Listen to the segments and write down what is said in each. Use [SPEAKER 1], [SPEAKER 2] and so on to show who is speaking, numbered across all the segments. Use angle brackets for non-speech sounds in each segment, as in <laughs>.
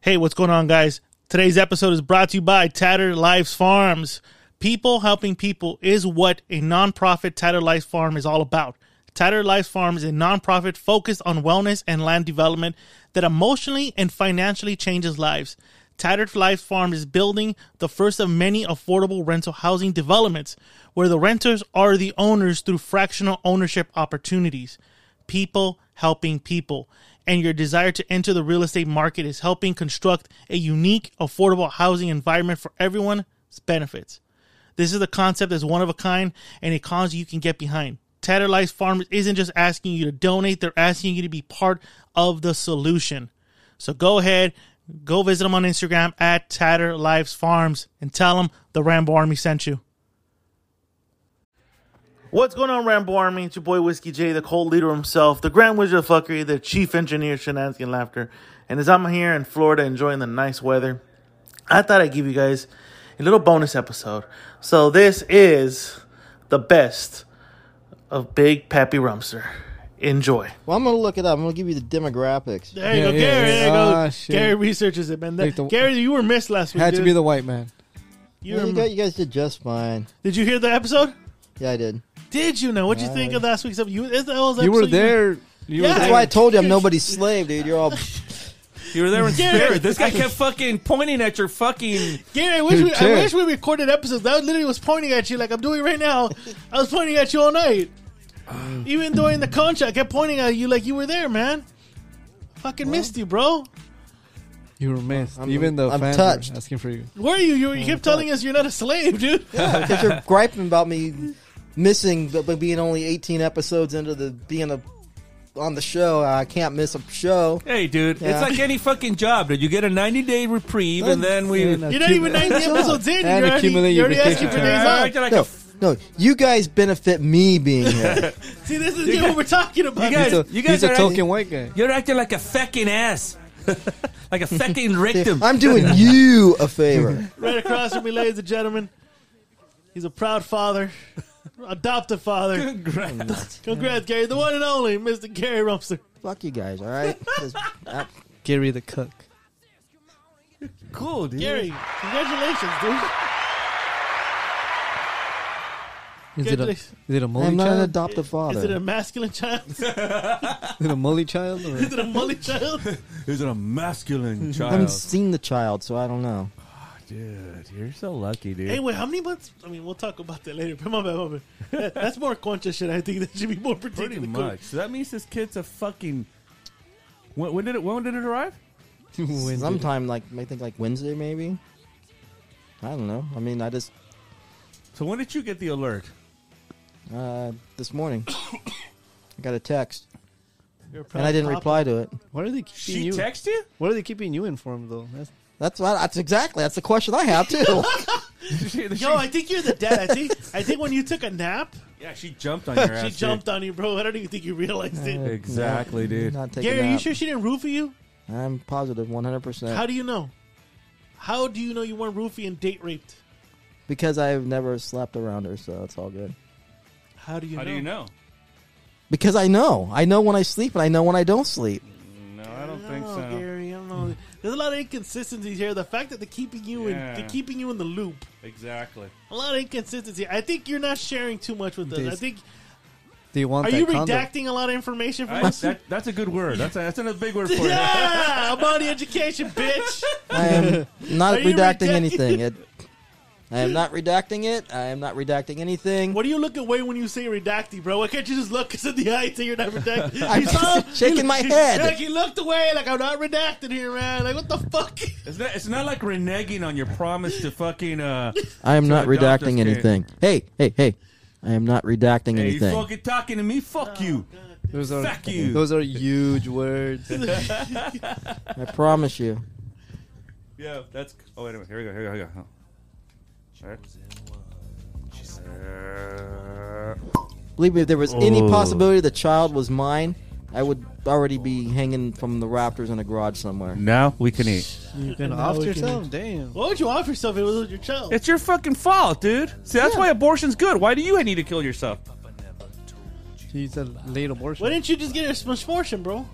[SPEAKER 1] Hey, what's going on, guys? Today's episode is brought to you by Tattered Lives Farms. People helping people is what a nonprofit Tattered Lives Farm is all about. Tattered Lives Farm is a nonprofit focused on wellness and land development that emotionally and financially changes lives. Tattered Lives Farm is building the first of many affordable rental housing developments where the renters are the owners through fractional ownership opportunities people helping people. And your desire to enter the real estate market is helping construct a unique, affordable housing environment for everyone's benefits. This is a concept that's one of a kind and a cause you can get behind. Tattered Life Farms isn't just asking you to donate, they're asking you to be part of the solution. So go ahead, go visit them on Instagram at Tatter Lives Farms and tell them the Rambo Army sent you. What's going on, Rambo Army? It's your boy Whiskey J, the cold leader himself, the grand wizard of fuckery, the chief engineer, shenanigans and laughter. And as I'm here in Florida enjoying the nice weather, I thought I'd give you guys a little bonus episode. So this is the best of Big Pappy Rumster. Enjoy.
[SPEAKER 2] Well, I'm gonna look it up. I'm gonna give you the demographics.
[SPEAKER 1] There you go,
[SPEAKER 3] Yeah, yeah,
[SPEAKER 1] Gary.
[SPEAKER 3] yeah.
[SPEAKER 1] There you go.
[SPEAKER 3] Ah, shit.
[SPEAKER 1] Gary researches it, man. That-
[SPEAKER 3] Like the-
[SPEAKER 1] Gary, you were missed last week.
[SPEAKER 3] Had to
[SPEAKER 1] dude.
[SPEAKER 3] be the white man.
[SPEAKER 1] You
[SPEAKER 2] Well,
[SPEAKER 1] were-
[SPEAKER 2] you, guys, you guys did just fine.
[SPEAKER 1] Did you hear the episode?
[SPEAKER 2] Yeah, I did.
[SPEAKER 1] Did you know? What'd you think of last week's episode? You, that was the
[SPEAKER 3] You were
[SPEAKER 1] episode
[SPEAKER 3] there. You
[SPEAKER 1] Yeah.
[SPEAKER 3] were
[SPEAKER 2] That's
[SPEAKER 3] there.
[SPEAKER 2] why I told you I'm nobody's slave, dude. You're all. <laughs>
[SPEAKER 4] You were there in
[SPEAKER 1] Gary.
[SPEAKER 4] spirit. This guy kept fucking pointing at your fucking.
[SPEAKER 1] Gary, I wish,
[SPEAKER 3] Dude,
[SPEAKER 1] we, I
[SPEAKER 3] check.
[SPEAKER 1] wish we recorded episodes. That literally was pointing at you like I'm doing right now. I was pointing at you all night.
[SPEAKER 3] Uh,
[SPEAKER 1] Even during the concha, I kept pointing at you like you were there, man. Fucking missed you, bro.
[SPEAKER 3] You were missed.
[SPEAKER 2] I'm-
[SPEAKER 3] Even the
[SPEAKER 2] I'm
[SPEAKER 3] fans
[SPEAKER 2] touched.
[SPEAKER 3] were asking for you.
[SPEAKER 1] Where are you?
[SPEAKER 3] Oh,
[SPEAKER 1] You, you kept telling us you're not a slave,
[SPEAKER 3] <laughs>
[SPEAKER 1] dude.
[SPEAKER 2] Because you're griping about me missing, but but being only 18 episodes into the being a on the show, I can't miss a show.
[SPEAKER 4] Hey, dude,
[SPEAKER 2] Yeah.
[SPEAKER 4] it's like any fucking job, dude. You get a 90 day reprieve, and then we.
[SPEAKER 3] And
[SPEAKER 1] You're not even 90
[SPEAKER 3] accumulate-
[SPEAKER 1] episodes in.
[SPEAKER 3] And
[SPEAKER 1] You're already,
[SPEAKER 3] accumulate
[SPEAKER 1] you're
[SPEAKER 3] your
[SPEAKER 1] already asking
[SPEAKER 3] vacation
[SPEAKER 1] for
[SPEAKER 3] time.
[SPEAKER 1] days
[SPEAKER 4] I
[SPEAKER 1] off.
[SPEAKER 4] acted like a
[SPEAKER 2] No,
[SPEAKER 4] f-
[SPEAKER 2] no, you guys benefit me
[SPEAKER 1] <laughs>
[SPEAKER 2] being here.
[SPEAKER 1] See, this is what we're talking about.
[SPEAKER 4] You guys-
[SPEAKER 3] So,
[SPEAKER 4] You guys
[SPEAKER 3] he's a
[SPEAKER 4] are
[SPEAKER 3] token white guy.
[SPEAKER 4] you're acting like a fucking ass, <laughs> like
[SPEAKER 2] <laughs>
[SPEAKER 4] a fucking rectum. <laughs>
[SPEAKER 2] I'm
[SPEAKER 3] <laughs>
[SPEAKER 2] doing you a favor.
[SPEAKER 1] Right across from me, ladies and gentlemen. He's a proud father, adopted
[SPEAKER 3] <laughs>
[SPEAKER 1] father.
[SPEAKER 4] Congrats.
[SPEAKER 1] Congrats, Gary, the one and only Mr. Gary Rumster.
[SPEAKER 2] Fuck you guys,
[SPEAKER 1] <laughs>
[SPEAKER 2] all right? Just- uh,
[SPEAKER 3] Gary the cook.
[SPEAKER 4] Cool, dude.
[SPEAKER 1] Gary, congratulations, dude.
[SPEAKER 3] Is
[SPEAKER 1] Good
[SPEAKER 3] it, a,
[SPEAKER 1] li-
[SPEAKER 3] is it a mully
[SPEAKER 2] I'm not an
[SPEAKER 3] child?
[SPEAKER 2] adoptive father.
[SPEAKER 1] Is it a masculine child? <laughs> Is
[SPEAKER 3] Is it a <laughs> mully child?
[SPEAKER 1] <laughs>
[SPEAKER 3] Or
[SPEAKER 1] it a mullet
[SPEAKER 4] <laughs>
[SPEAKER 1] child?
[SPEAKER 4] Is it a masculine
[SPEAKER 2] I haven't seen the child, so I don't know.
[SPEAKER 4] dude, you're so lucky, dude.
[SPEAKER 1] Anyway, how many months? I mean, we'll talk about that later. <laughs> But my bad, my bad. That- That's more conscious shit. I think that should be more particular.
[SPEAKER 4] Pretty much. So that means this kid's a fucking. When, when did it? When did it arrive?
[SPEAKER 3] When did it-
[SPEAKER 2] Sometime like I think like Wednesday maybe. I don't know. I mean, I just
[SPEAKER 4] So when did you get the alert?
[SPEAKER 2] uh, this morning <coughs> I got a text
[SPEAKER 1] You're a proud
[SPEAKER 2] and I didn't
[SPEAKER 1] papa.
[SPEAKER 2] reply to it.
[SPEAKER 3] Why are they keeping
[SPEAKER 4] She
[SPEAKER 3] you?
[SPEAKER 4] texted you?
[SPEAKER 3] Why are they keeping you informed though? That's,
[SPEAKER 2] That's what, that's exactly that's the question I
[SPEAKER 1] <laughs>
[SPEAKER 2] have too.
[SPEAKER 4] <laughs>
[SPEAKER 2] <laughs>
[SPEAKER 4] She- she-
[SPEAKER 1] Yo, I think you're the dad. I think I think when you took a
[SPEAKER 4] <laughs>
[SPEAKER 1] nap,
[SPEAKER 4] yeah, she jumped on your
[SPEAKER 1] <laughs>
[SPEAKER 4] ass.
[SPEAKER 1] she
[SPEAKER 4] dude.
[SPEAKER 1] jumped on you, bro. I don't even think you realized
[SPEAKER 4] Uh,
[SPEAKER 1] it.
[SPEAKER 4] Exactly, dude.
[SPEAKER 2] Not taking
[SPEAKER 1] Gary,
[SPEAKER 2] that.
[SPEAKER 1] are you sure she didn't root for you?
[SPEAKER 2] I'm positive 100
[SPEAKER 1] How
[SPEAKER 2] percent
[SPEAKER 1] do you know? How do you know you weren't roofie and date raped?
[SPEAKER 2] because I've never slept around her, so it's all good.
[SPEAKER 1] How do you
[SPEAKER 4] How
[SPEAKER 1] know?
[SPEAKER 4] do you know?
[SPEAKER 2] Because I know, I know when I sleep and I know when I don't sleep.
[SPEAKER 4] No, I don't
[SPEAKER 1] know,
[SPEAKER 4] think so.
[SPEAKER 1] Gary. I don't know. There's a lot of inconsistencies here. The fact that they're keeping you in,
[SPEAKER 4] Yeah.
[SPEAKER 1] they're keeping you in the loop.
[SPEAKER 4] Exactly.
[SPEAKER 1] A lot of inconsistency. I think you're not sharing too much with us. I
[SPEAKER 3] This-
[SPEAKER 1] think
[SPEAKER 3] they want
[SPEAKER 1] are
[SPEAKER 3] that
[SPEAKER 1] you
[SPEAKER 3] condom.
[SPEAKER 1] redacting a lot of information from
[SPEAKER 4] I,
[SPEAKER 1] us?
[SPEAKER 4] that, that's a good word. That's a, that's another big word for
[SPEAKER 1] <laughs>
[SPEAKER 4] you.
[SPEAKER 1] yeah, I'm on the education, bitch. <laughs>
[SPEAKER 2] I am not
[SPEAKER 1] Are you
[SPEAKER 2] redacting
[SPEAKER 1] redacting- <laughs>
[SPEAKER 2] anything. It, I am not redacting it. I am not redacting anything.
[SPEAKER 1] What do you look away when you say redacting, bro? Why can't you just look us in the eye and say you're not redacting?
[SPEAKER 2] <laughs> I'm
[SPEAKER 1] You saw-
[SPEAKER 2] shaking my head.
[SPEAKER 1] Like, he looked away, like I'm not redacted here, man. Like what the fuck? <laughs>
[SPEAKER 4] It's not, it's not like reneging on your promise to fucking. Uh,
[SPEAKER 2] I am not
[SPEAKER 4] the doctor's
[SPEAKER 2] redacting
[SPEAKER 4] kid.
[SPEAKER 2] anything. Hey, hey, hey. I am not redacting
[SPEAKER 4] hey, you
[SPEAKER 2] anything.
[SPEAKER 4] fucking talking to me? Fuck you.
[SPEAKER 3] Those are
[SPEAKER 4] Fuck you.
[SPEAKER 3] Those are huge words.
[SPEAKER 2] I promise you.
[SPEAKER 4] <laughs> Yeah, that's. Oh, wait a minute. Here we go. Here we go. Here we go. Oh. All right. Uh,
[SPEAKER 2] Believe me, if there was any
[SPEAKER 4] Oh.
[SPEAKER 2] possibility the child was mine, I would already be hanging from the rafters in a garage somewhere.
[SPEAKER 4] Now we can eat.
[SPEAKER 3] you can
[SPEAKER 1] Now
[SPEAKER 3] off
[SPEAKER 1] we can-
[SPEAKER 3] yourself. Damn.
[SPEAKER 1] Why would you offer yourself? if It was your child.
[SPEAKER 4] It's your fucking fault, dude. See, that's why abortion's good. Why do you need to kill yourself?
[SPEAKER 3] He's a late abortion.
[SPEAKER 1] Why didn't you just get a smushmortion, bro?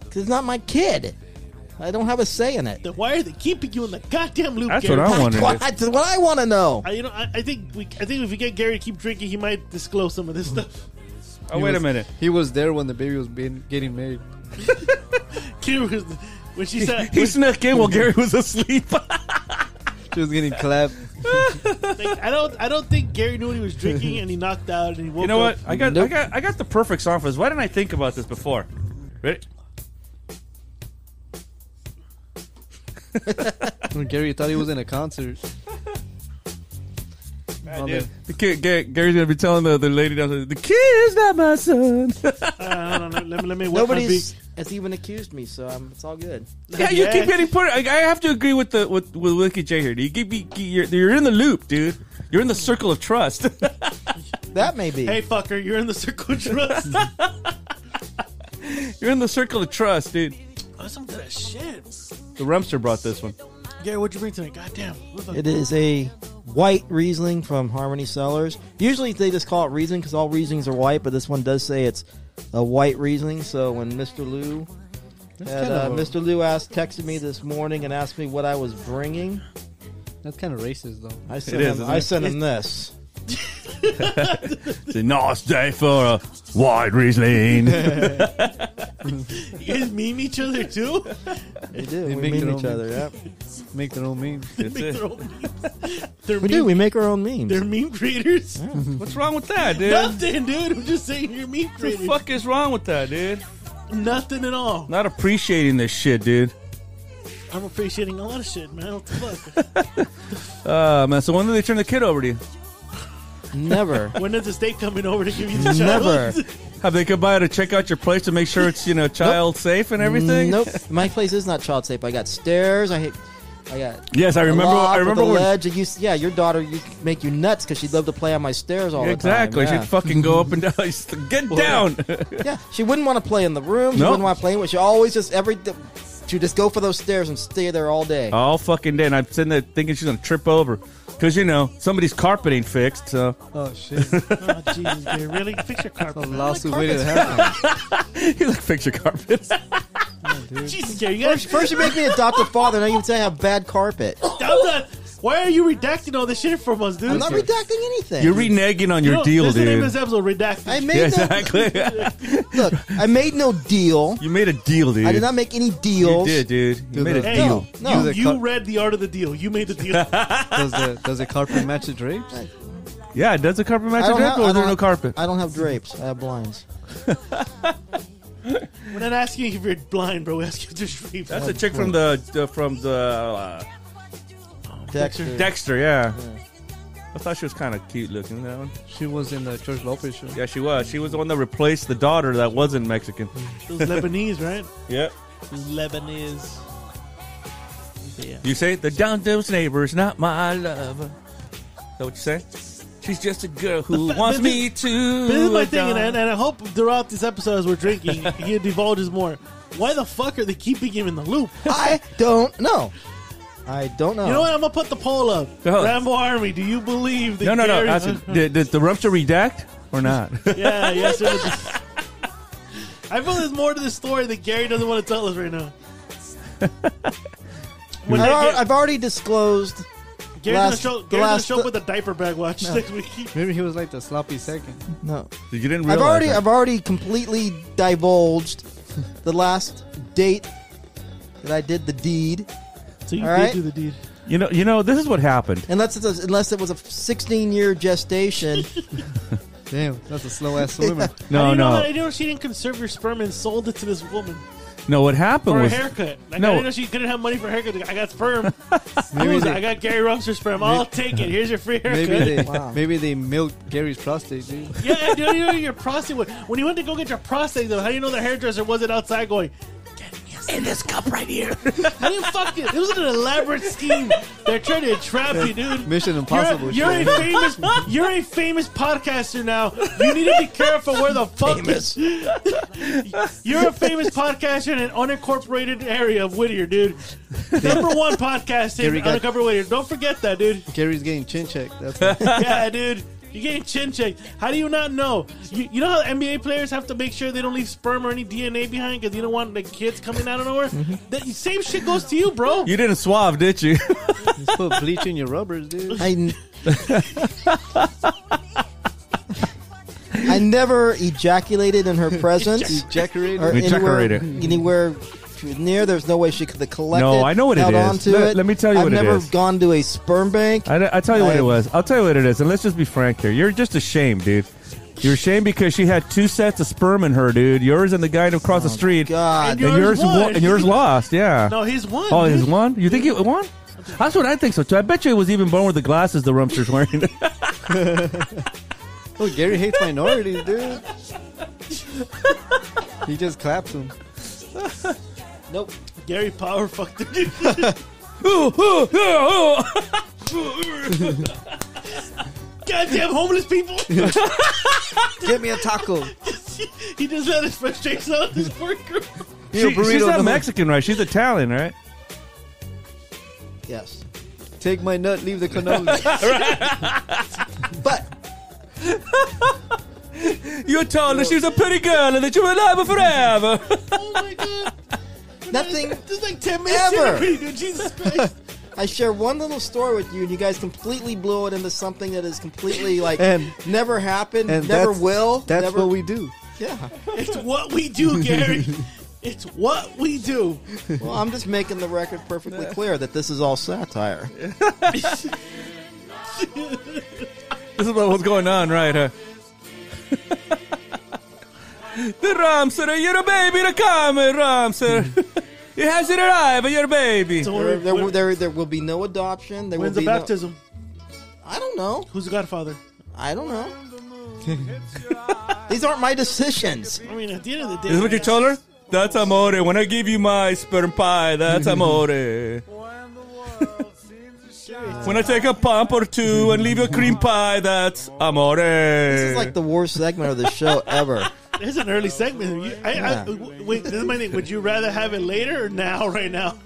[SPEAKER 2] Because it's not my kid. I don't have a say in it.
[SPEAKER 5] Then why are they keeping you in the goddamn loop?
[SPEAKER 4] That's
[SPEAKER 5] Gary?
[SPEAKER 4] what I
[SPEAKER 2] <laughs>
[SPEAKER 4] wondered.
[SPEAKER 2] What? That's what I want to know.
[SPEAKER 5] I, you know, I, I think we, I think if we get Gary to keep drinking, he might disclose some of
[SPEAKER 1] <laughs>
[SPEAKER 5] this stuff.
[SPEAKER 4] Oh, wait a minute.
[SPEAKER 3] He was there when the baby was being, getting made.
[SPEAKER 5] Gary was-
[SPEAKER 2] <laughs>
[SPEAKER 5] when she said,
[SPEAKER 4] He snuck in while Gary was asleep. <laughs>
[SPEAKER 3] She was getting clapped. <laughs>
[SPEAKER 5] like, I don't, I don't think Gary knew what he was drinking, and he knocked out, and he woke
[SPEAKER 4] you know
[SPEAKER 5] up.
[SPEAKER 4] what? I got, I
[SPEAKER 2] Nope.
[SPEAKER 4] got, I got the perfect song for this. Why didn't I think about this before? Ready?
[SPEAKER 3] When Gary thought he was in a concert. Oh, man.
[SPEAKER 4] The kid, Ga- Gary's gonna be telling the, the lady down there, the kid is not my son.
[SPEAKER 5] Uh, hold on, let me, let me. What
[SPEAKER 2] Nobody's has even accused me, so i it's all good.
[SPEAKER 4] yeah, you keep getting put. I, I have to agree with the with with Wiki J here. You keep, you- you're, you're in the loop, dude. You're in the circle of trust. <laughs>
[SPEAKER 2] That may be.
[SPEAKER 5] Hey, fucker, you're in the circle of trust.
[SPEAKER 4] you're in the circle of trust, dude.
[SPEAKER 5] Listen to that shit.
[SPEAKER 4] The Rumster brought this one.
[SPEAKER 5] Gary, what'd you bring tonight? Goddamn. What the-
[SPEAKER 2] It is a white Riesling from Harmony Cellars. Usually they just call it Riesling because all Rieslings are white, but this one does say it's a white Riesling. So when Mr. Lou, had,
[SPEAKER 3] kind
[SPEAKER 2] uh,
[SPEAKER 3] of a-
[SPEAKER 2] Mr. Lou asked, texted me this morning and asked me what I was bringing,
[SPEAKER 3] That's kind of racist, though.
[SPEAKER 2] I sent
[SPEAKER 4] is,
[SPEAKER 2] him,
[SPEAKER 4] isn't
[SPEAKER 2] I
[SPEAKER 4] it?
[SPEAKER 2] sent him this.
[SPEAKER 4] It's a nice day for a wide Riesling.
[SPEAKER 5] You guys meme each other
[SPEAKER 2] <laughs>
[SPEAKER 5] too?
[SPEAKER 2] We do.
[SPEAKER 3] They
[SPEAKER 2] we
[SPEAKER 3] make
[SPEAKER 2] mean
[SPEAKER 3] their
[SPEAKER 2] each
[SPEAKER 3] own-
[SPEAKER 2] other. Yeah.
[SPEAKER 3] <laughs> Make their own memes.
[SPEAKER 4] That's
[SPEAKER 5] Make
[SPEAKER 4] it.
[SPEAKER 5] their own memes. They're
[SPEAKER 2] We
[SPEAKER 5] meme,
[SPEAKER 2] do. We make our own memes.
[SPEAKER 5] They're meme creators.
[SPEAKER 4] What's wrong with that, dude? What
[SPEAKER 5] Nothing, dude. I'm just saying you're meme
[SPEAKER 4] the
[SPEAKER 5] creators.
[SPEAKER 4] fuck is wrong with that, dude?
[SPEAKER 5] Nothing at all.
[SPEAKER 4] Not appreciating this shit, dude.
[SPEAKER 5] I'm appreciating a lot of shit, man. What the fuck?
[SPEAKER 4] Uh, man. So when did they turn the kid over to you?
[SPEAKER 2] <laughs> Never.
[SPEAKER 5] when is the state coming over to give you the child?
[SPEAKER 2] Never.
[SPEAKER 4] Have they come by to check out your place to make sure it's you know child safe and everything?
[SPEAKER 2] Nope. My place is not child safe. I got stairs. I hate. I got.
[SPEAKER 4] Yes, I
[SPEAKER 2] a
[SPEAKER 4] remember.
[SPEAKER 2] loft
[SPEAKER 4] I remember
[SPEAKER 2] With a
[SPEAKER 4] when.
[SPEAKER 2] ledge. It used- yeah, your daughter you make you nuts because she'd love to play on my stairs all
[SPEAKER 4] Exactly.
[SPEAKER 2] the time.
[SPEAKER 4] She'd fucking go up and down. <laughs> She's like, Get down.
[SPEAKER 2] Yeah. yeah. She wouldn't want to play in the room. She
[SPEAKER 4] Nope.
[SPEAKER 2] wouldn't want to play. anywhere. She always just every. She just go for those stairs and stay there all day.
[SPEAKER 4] All fucking day. And I'm sitting there thinking she's gonna trip over. Cause you know somebody's carpet ain't fixed, so <laughs>
[SPEAKER 3] Oh, shit. <laughs>
[SPEAKER 5] Oh, Jesus, Gary. Really? Fix your
[SPEAKER 3] A
[SPEAKER 5] carpet. man.
[SPEAKER 3] lawsuit waiting to happen.
[SPEAKER 4] he's like, "Fix your carpet."
[SPEAKER 2] <laughs>
[SPEAKER 5] Jesus, Gary. You gotta
[SPEAKER 2] First, you make me adopt a father. Now you say I have bad carpet.
[SPEAKER 5] I'm not- Why are you redacting all this shit from us, dude?
[SPEAKER 2] I'm not redacting anything.
[SPEAKER 4] You're reneging on
[SPEAKER 5] You
[SPEAKER 4] your
[SPEAKER 5] know,
[SPEAKER 4] deal,
[SPEAKER 5] that's the name
[SPEAKER 4] dude.
[SPEAKER 5] of this episode, redacted.
[SPEAKER 2] I made
[SPEAKER 4] <laughs>
[SPEAKER 2] no,
[SPEAKER 4] Yeah, exactly. <laughs>
[SPEAKER 2] look. I made no deal.
[SPEAKER 4] you made a deal, dude.
[SPEAKER 2] I did not make any
[SPEAKER 4] You
[SPEAKER 2] deals.
[SPEAKER 4] did, dude. You
[SPEAKER 3] Do
[SPEAKER 4] made a
[SPEAKER 3] the-
[SPEAKER 5] Hey,
[SPEAKER 4] deal.
[SPEAKER 2] No, no.
[SPEAKER 3] You-
[SPEAKER 5] you read the art of the deal. You made the deal.
[SPEAKER 3] Does the, does the carpet match the drapes?
[SPEAKER 4] Yeah, does the carpet match the
[SPEAKER 2] don't
[SPEAKER 4] drip
[SPEAKER 2] have-
[SPEAKER 4] or
[SPEAKER 2] I
[SPEAKER 4] is there
[SPEAKER 2] don't
[SPEAKER 4] no
[SPEAKER 2] have-
[SPEAKER 4] carpet?
[SPEAKER 2] I don't have drapes. I have blinds.
[SPEAKER 5] We're not asking if you're blind, bro. We're asking if you're straight.
[SPEAKER 4] That's a chick from the uh, from the uh,
[SPEAKER 2] Dexter.
[SPEAKER 5] Mm.
[SPEAKER 4] Dexter. Yeah. I thought she was kind of cute looking. That one.
[SPEAKER 3] She was in the George Lopez show.
[SPEAKER 4] Yeah, she was. She was the one that replaced the daughter that wasn't Mexican. <laughs>
[SPEAKER 5] It was Lebanese, right?
[SPEAKER 4] Yeah.
[SPEAKER 5] Lebanese. Yeah.
[SPEAKER 4] You say the downstairs neighbor is not my lover. Is that what you say? She's just a girl who
[SPEAKER 5] <laughs> The fa-
[SPEAKER 4] wants
[SPEAKER 5] but
[SPEAKER 4] me to.
[SPEAKER 5] This is my thing, and,
[SPEAKER 4] adore.
[SPEAKER 5] and and I hope throughout this episode as we're drinking,
[SPEAKER 4] <laughs>
[SPEAKER 5] he divulges more. Why the fuck are they keeping him in the loop?
[SPEAKER 2] I don't know. I don't know.
[SPEAKER 5] You know what? I'm gonna put the poll up.
[SPEAKER 4] Go.
[SPEAKER 5] Rambo Army, do you believe that?
[SPEAKER 4] no, no, no.
[SPEAKER 5] Gary-
[SPEAKER 4] Ask it. Did, did the Rumpster redact or
[SPEAKER 5] <laughs>
[SPEAKER 4] not?
[SPEAKER 5] yeah,
[SPEAKER 4] <laughs>
[SPEAKER 5] yes. It was. I feel there's more to the story that Gary doesn't want to tell us right now. When
[SPEAKER 2] I've,
[SPEAKER 5] they
[SPEAKER 2] al-
[SPEAKER 5] get-
[SPEAKER 2] I've already disclosed.
[SPEAKER 5] Gary's
[SPEAKER 2] Last-
[SPEAKER 5] gonna show,
[SPEAKER 2] the
[SPEAKER 5] Gary's gonna
[SPEAKER 2] last-
[SPEAKER 5] show up with a diaper bag watch next week.
[SPEAKER 3] Maybe he was like the sloppy second.
[SPEAKER 2] No,
[SPEAKER 4] you didn't realize.
[SPEAKER 2] I've already,
[SPEAKER 4] that.
[SPEAKER 2] I've already completely divulged the last date that I did the deed.
[SPEAKER 5] So you
[SPEAKER 2] All right.
[SPEAKER 5] did do the deed.
[SPEAKER 4] you know, you know. This is what happened.
[SPEAKER 2] Unless it was, unless it was a 16 year gestation.
[SPEAKER 3] Damn, that's a slow <laughs> ass swimmer.
[SPEAKER 5] How do
[SPEAKER 4] No,
[SPEAKER 5] you Know that? I
[SPEAKER 4] no,
[SPEAKER 5] didn't know she didn't conserve your sperm and sold it to this woman
[SPEAKER 4] no. What happened
[SPEAKER 5] for a
[SPEAKER 4] was
[SPEAKER 5] haircut. Like,
[SPEAKER 4] No.
[SPEAKER 5] I didn't know she couldn't have money for a haircut. I got <laughs> sperm.
[SPEAKER 3] Maybe
[SPEAKER 5] Who's
[SPEAKER 3] they-
[SPEAKER 5] that? I got Gary Rumster sperm. I'll take it. Here's your free haircut.
[SPEAKER 3] Maybe they,
[SPEAKER 2] Wow.
[SPEAKER 3] maybe they milked Gary's prostate, dude.
[SPEAKER 5] yeah, dude, you know your prostate. would- When you went to go get your prostate, though, how do you know the hairdresser wasn't outside going? Get me in this cup right here. How do you fucking? It was an elaborate scheme. They're trying to trap you, dude.
[SPEAKER 3] <laughs> Mission Impossible.
[SPEAKER 5] You're, a-
[SPEAKER 3] shit.
[SPEAKER 5] you're a famous. You're a famous podcaster now. You need to be careful where the fuck. Famous. You're a famous podcaster in an unincorporated area of Whittier, dude. Number one podcast
[SPEAKER 3] Here we
[SPEAKER 5] in
[SPEAKER 3] go.
[SPEAKER 5] undercover Whittier. Don't forget that, dude.
[SPEAKER 3] Gary's getting chin checked. That's
[SPEAKER 5] Yeah, dude. You're getting chin checked. How do you not know? You, you know how NBA players have to make sure they don't leave sperm or any DNA behind because you don't want the kids coming out of nowhere?
[SPEAKER 2] Mm-hmm.
[SPEAKER 5] That same shit goes to you, bro.
[SPEAKER 4] You didn't swab, did you? <laughs>
[SPEAKER 3] Just <laughs> put bleach in your rubbers, dude.
[SPEAKER 2] I, n- I never ejaculated in her presence
[SPEAKER 3] Decorate
[SPEAKER 2] or
[SPEAKER 3] it.
[SPEAKER 2] anywhere,
[SPEAKER 4] Ejaculated.
[SPEAKER 2] anywhere near. There's no way she could have collected.
[SPEAKER 4] No, I know what it
[SPEAKER 2] held
[SPEAKER 4] is.
[SPEAKER 2] on to
[SPEAKER 4] Let-
[SPEAKER 2] it.
[SPEAKER 4] let me tell you
[SPEAKER 2] I've
[SPEAKER 4] what it
[SPEAKER 2] never
[SPEAKER 4] is.
[SPEAKER 2] gone to a sperm bank.
[SPEAKER 4] I, I tell you what
[SPEAKER 2] I-
[SPEAKER 4] it was. I'll tell you what it is, and let's just be frank here. You're just ashamed, dude. You're ashamed because she had two sets of sperm in her, dude. Yours and the guy across the street.
[SPEAKER 2] God,
[SPEAKER 5] And
[SPEAKER 4] And
[SPEAKER 5] Yours
[SPEAKER 4] Oh, yours, won.
[SPEAKER 5] won.
[SPEAKER 4] and <laughs> yours lost. Yeah.
[SPEAKER 5] No, he's one.
[SPEAKER 4] oh, his
[SPEAKER 5] dude.
[SPEAKER 4] one. You think it won? That's what I think so too. I bet you it was even born with the glasses the rumpster's wearing. <laughs>
[SPEAKER 3] Oh, Gary hates minorities, dude. He just claps them.
[SPEAKER 2] nope.
[SPEAKER 5] Gary Power fucked it. Goddamn homeless people. <laughs>
[SPEAKER 3] Get me a taco.
[SPEAKER 5] he just let his frustration out of his work group.
[SPEAKER 4] She-
[SPEAKER 3] burrito
[SPEAKER 4] she's
[SPEAKER 3] no.
[SPEAKER 4] not Mexican, right? She's Italian, right?
[SPEAKER 2] Yes,
[SPEAKER 3] Take my nut, leave the cannoli.
[SPEAKER 2] but
[SPEAKER 4] You told her she was a pretty girl and that you would love her forever.
[SPEAKER 5] Oh my god.
[SPEAKER 2] nothing.
[SPEAKER 5] This is like 10 minutes in
[SPEAKER 2] Ever.
[SPEAKER 5] already, dude. Jesus Christ.
[SPEAKER 2] I share one little story with you, and you guys completely blew it into something that is
[SPEAKER 3] <laughs>
[SPEAKER 2] completely like
[SPEAKER 3] And-
[SPEAKER 2] never happened,
[SPEAKER 3] and
[SPEAKER 2] never
[SPEAKER 3] that's-
[SPEAKER 2] will.
[SPEAKER 3] <laughs> That's
[SPEAKER 2] never,
[SPEAKER 3] what we do.
[SPEAKER 2] <laughs> Yeah.
[SPEAKER 5] It's what we do, Gary. It's what we do.
[SPEAKER 2] Well, I'm just making the record perfectly clear that this is all satire.
[SPEAKER 4] This is what was going on, right? Huh? <laughs> the Ramser, you're a baby to come, Ramser. <laughs> it hasn't arrived, but you're a baby.
[SPEAKER 5] So
[SPEAKER 2] There,
[SPEAKER 5] when,
[SPEAKER 2] there,
[SPEAKER 5] when-
[SPEAKER 2] there, there will be no adoption. There will
[SPEAKER 5] when's the
[SPEAKER 2] be no-
[SPEAKER 5] baptism?
[SPEAKER 2] I don't know.
[SPEAKER 5] Who's the godfather?
[SPEAKER 2] I don't know. <laughs> These aren't my decisions.
[SPEAKER 5] I mean, at the end of the day.
[SPEAKER 4] Is this what you told her? That's amore. When I give you my sperm
[SPEAKER 2] <laughs>
[SPEAKER 4] pie, that's amore. when I take a pump or two and leave you a cream pie, that's amore.
[SPEAKER 2] This is like the worst segment of the <laughs> show ever.
[SPEAKER 5] It's an early segment. You- I, I,
[SPEAKER 2] Yeah.
[SPEAKER 5] w- wait, this is my thing. Would you rather have it later or now, right now?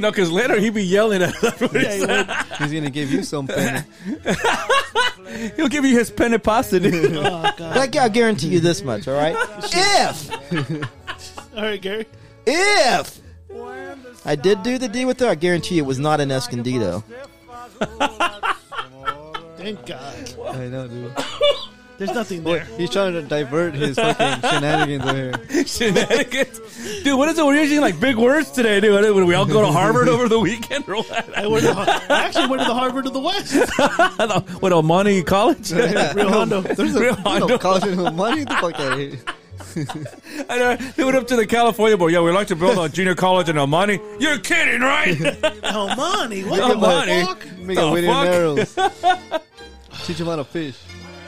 [SPEAKER 4] no, because later he'd be yelling at her.
[SPEAKER 5] Yeah, you would.
[SPEAKER 3] He's gonna give you <laughs> something.
[SPEAKER 4] <laughs> He'll give you his penne pasta. <laughs> dude.
[SPEAKER 5] Oh, God.
[SPEAKER 2] Like, I guarantee you this much, all right? If,
[SPEAKER 5] All right, Gary.
[SPEAKER 2] if I did do the D with her, I guarantee it was not an Escondido.
[SPEAKER 5] Thank God.
[SPEAKER 3] I know, dude.
[SPEAKER 5] There's nothing there.
[SPEAKER 3] He's trying to divert his fucking shenanigans over here.
[SPEAKER 4] Shenanigans. Dude, what is it? We're using like big words today, dude. What, Would we all go to Harvard over the weekend or what? <laughs>
[SPEAKER 5] I, went to, Har- I actually went to the Harvard of the West.
[SPEAKER 4] What, Almani
[SPEAKER 3] <laughs>
[SPEAKER 4] College?
[SPEAKER 5] Real Hondo.
[SPEAKER 3] There's a
[SPEAKER 4] Real
[SPEAKER 3] you
[SPEAKER 4] Hondo.
[SPEAKER 3] know, college with money. Get The fuck out of here.
[SPEAKER 4] <laughs> I know. They went up to the California board. Yeah, we'd like to build a junior college in Almani. You're kidding, right?
[SPEAKER 2] <laughs>
[SPEAKER 5] Almani. What the
[SPEAKER 4] Almani.
[SPEAKER 5] fuck?
[SPEAKER 3] Make
[SPEAKER 4] The
[SPEAKER 3] it with
[SPEAKER 4] fuck?
[SPEAKER 3] arrows. Teach him how to fish.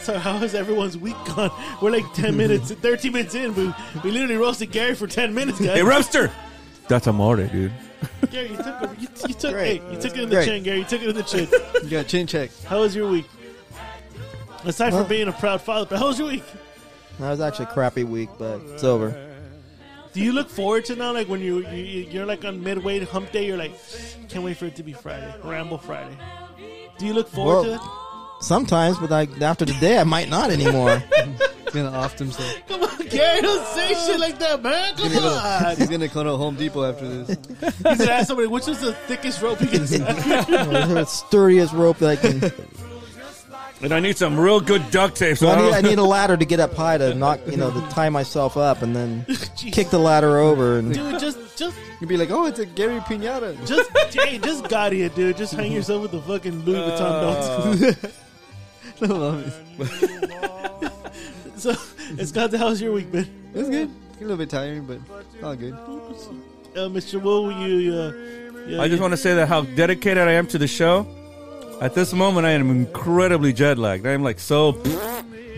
[SPEAKER 5] So how is everyone's week gone? We're like
[SPEAKER 4] <laughs>
[SPEAKER 5] 10 minutes, 13 minutes in. We, we literally roasted Gary for 10 minutes, guys.
[SPEAKER 4] hey, Roaster. That's Amore, dude.
[SPEAKER 5] Gary, you took, you, you took,
[SPEAKER 2] Great.
[SPEAKER 5] hey, you took it in the
[SPEAKER 2] Great.
[SPEAKER 5] chin, Gary. You took it in the chin.
[SPEAKER 3] You got chin check.
[SPEAKER 5] How was your week? Aside from being a proud father, but how was your week?
[SPEAKER 2] That was actually a crappy week, but it's over.
[SPEAKER 5] Do you look forward to now, like when you, you you're like on midway to hump day, you're like, can't wait for it to be Friday, Ramble Friday. Do you look forward
[SPEAKER 2] Well-
[SPEAKER 5] to that?
[SPEAKER 2] Sometimes, but like after today, I might not anymore.
[SPEAKER 3] He's gonna off himself.
[SPEAKER 5] Come on, <laughs> Gary, don't say shit like that, man. Come
[SPEAKER 3] He's gonna, <laughs>
[SPEAKER 5] on.
[SPEAKER 3] he's gonna go to Home Depot after this.
[SPEAKER 5] He's gonna ask somebody, which is the thickest rope he can Oh,
[SPEAKER 2] the sturdiest rope that I can.
[SPEAKER 4] And I need some real good duct tape. So
[SPEAKER 2] Well,
[SPEAKER 4] I
[SPEAKER 2] I, need, I
[SPEAKER 4] don't-
[SPEAKER 2] need a ladder to get up high to knock, you know, to tie myself up and then kick the ladder over. And
[SPEAKER 5] Dude, just, just,
[SPEAKER 3] You'd be like, "Oh, it's a Gary Pinata."
[SPEAKER 5] just, hey, just got here, dude. Just hang yourself with the fucking Louis Vuitton
[SPEAKER 4] Uh,
[SPEAKER 5] belt. <laughs>
[SPEAKER 3] it's
[SPEAKER 5] So, it's got to how's your week, man?
[SPEAKER 3] good. It's a little bit tiring, but it's all good.
[SPEAKER 5] Uh, Mr. Wu, you, uh, yeah,
[SPEAKER 4] <laughs> I just want to say that how dedicated I am to the show. At this moment, I am incredibly jet lagged. I am like so,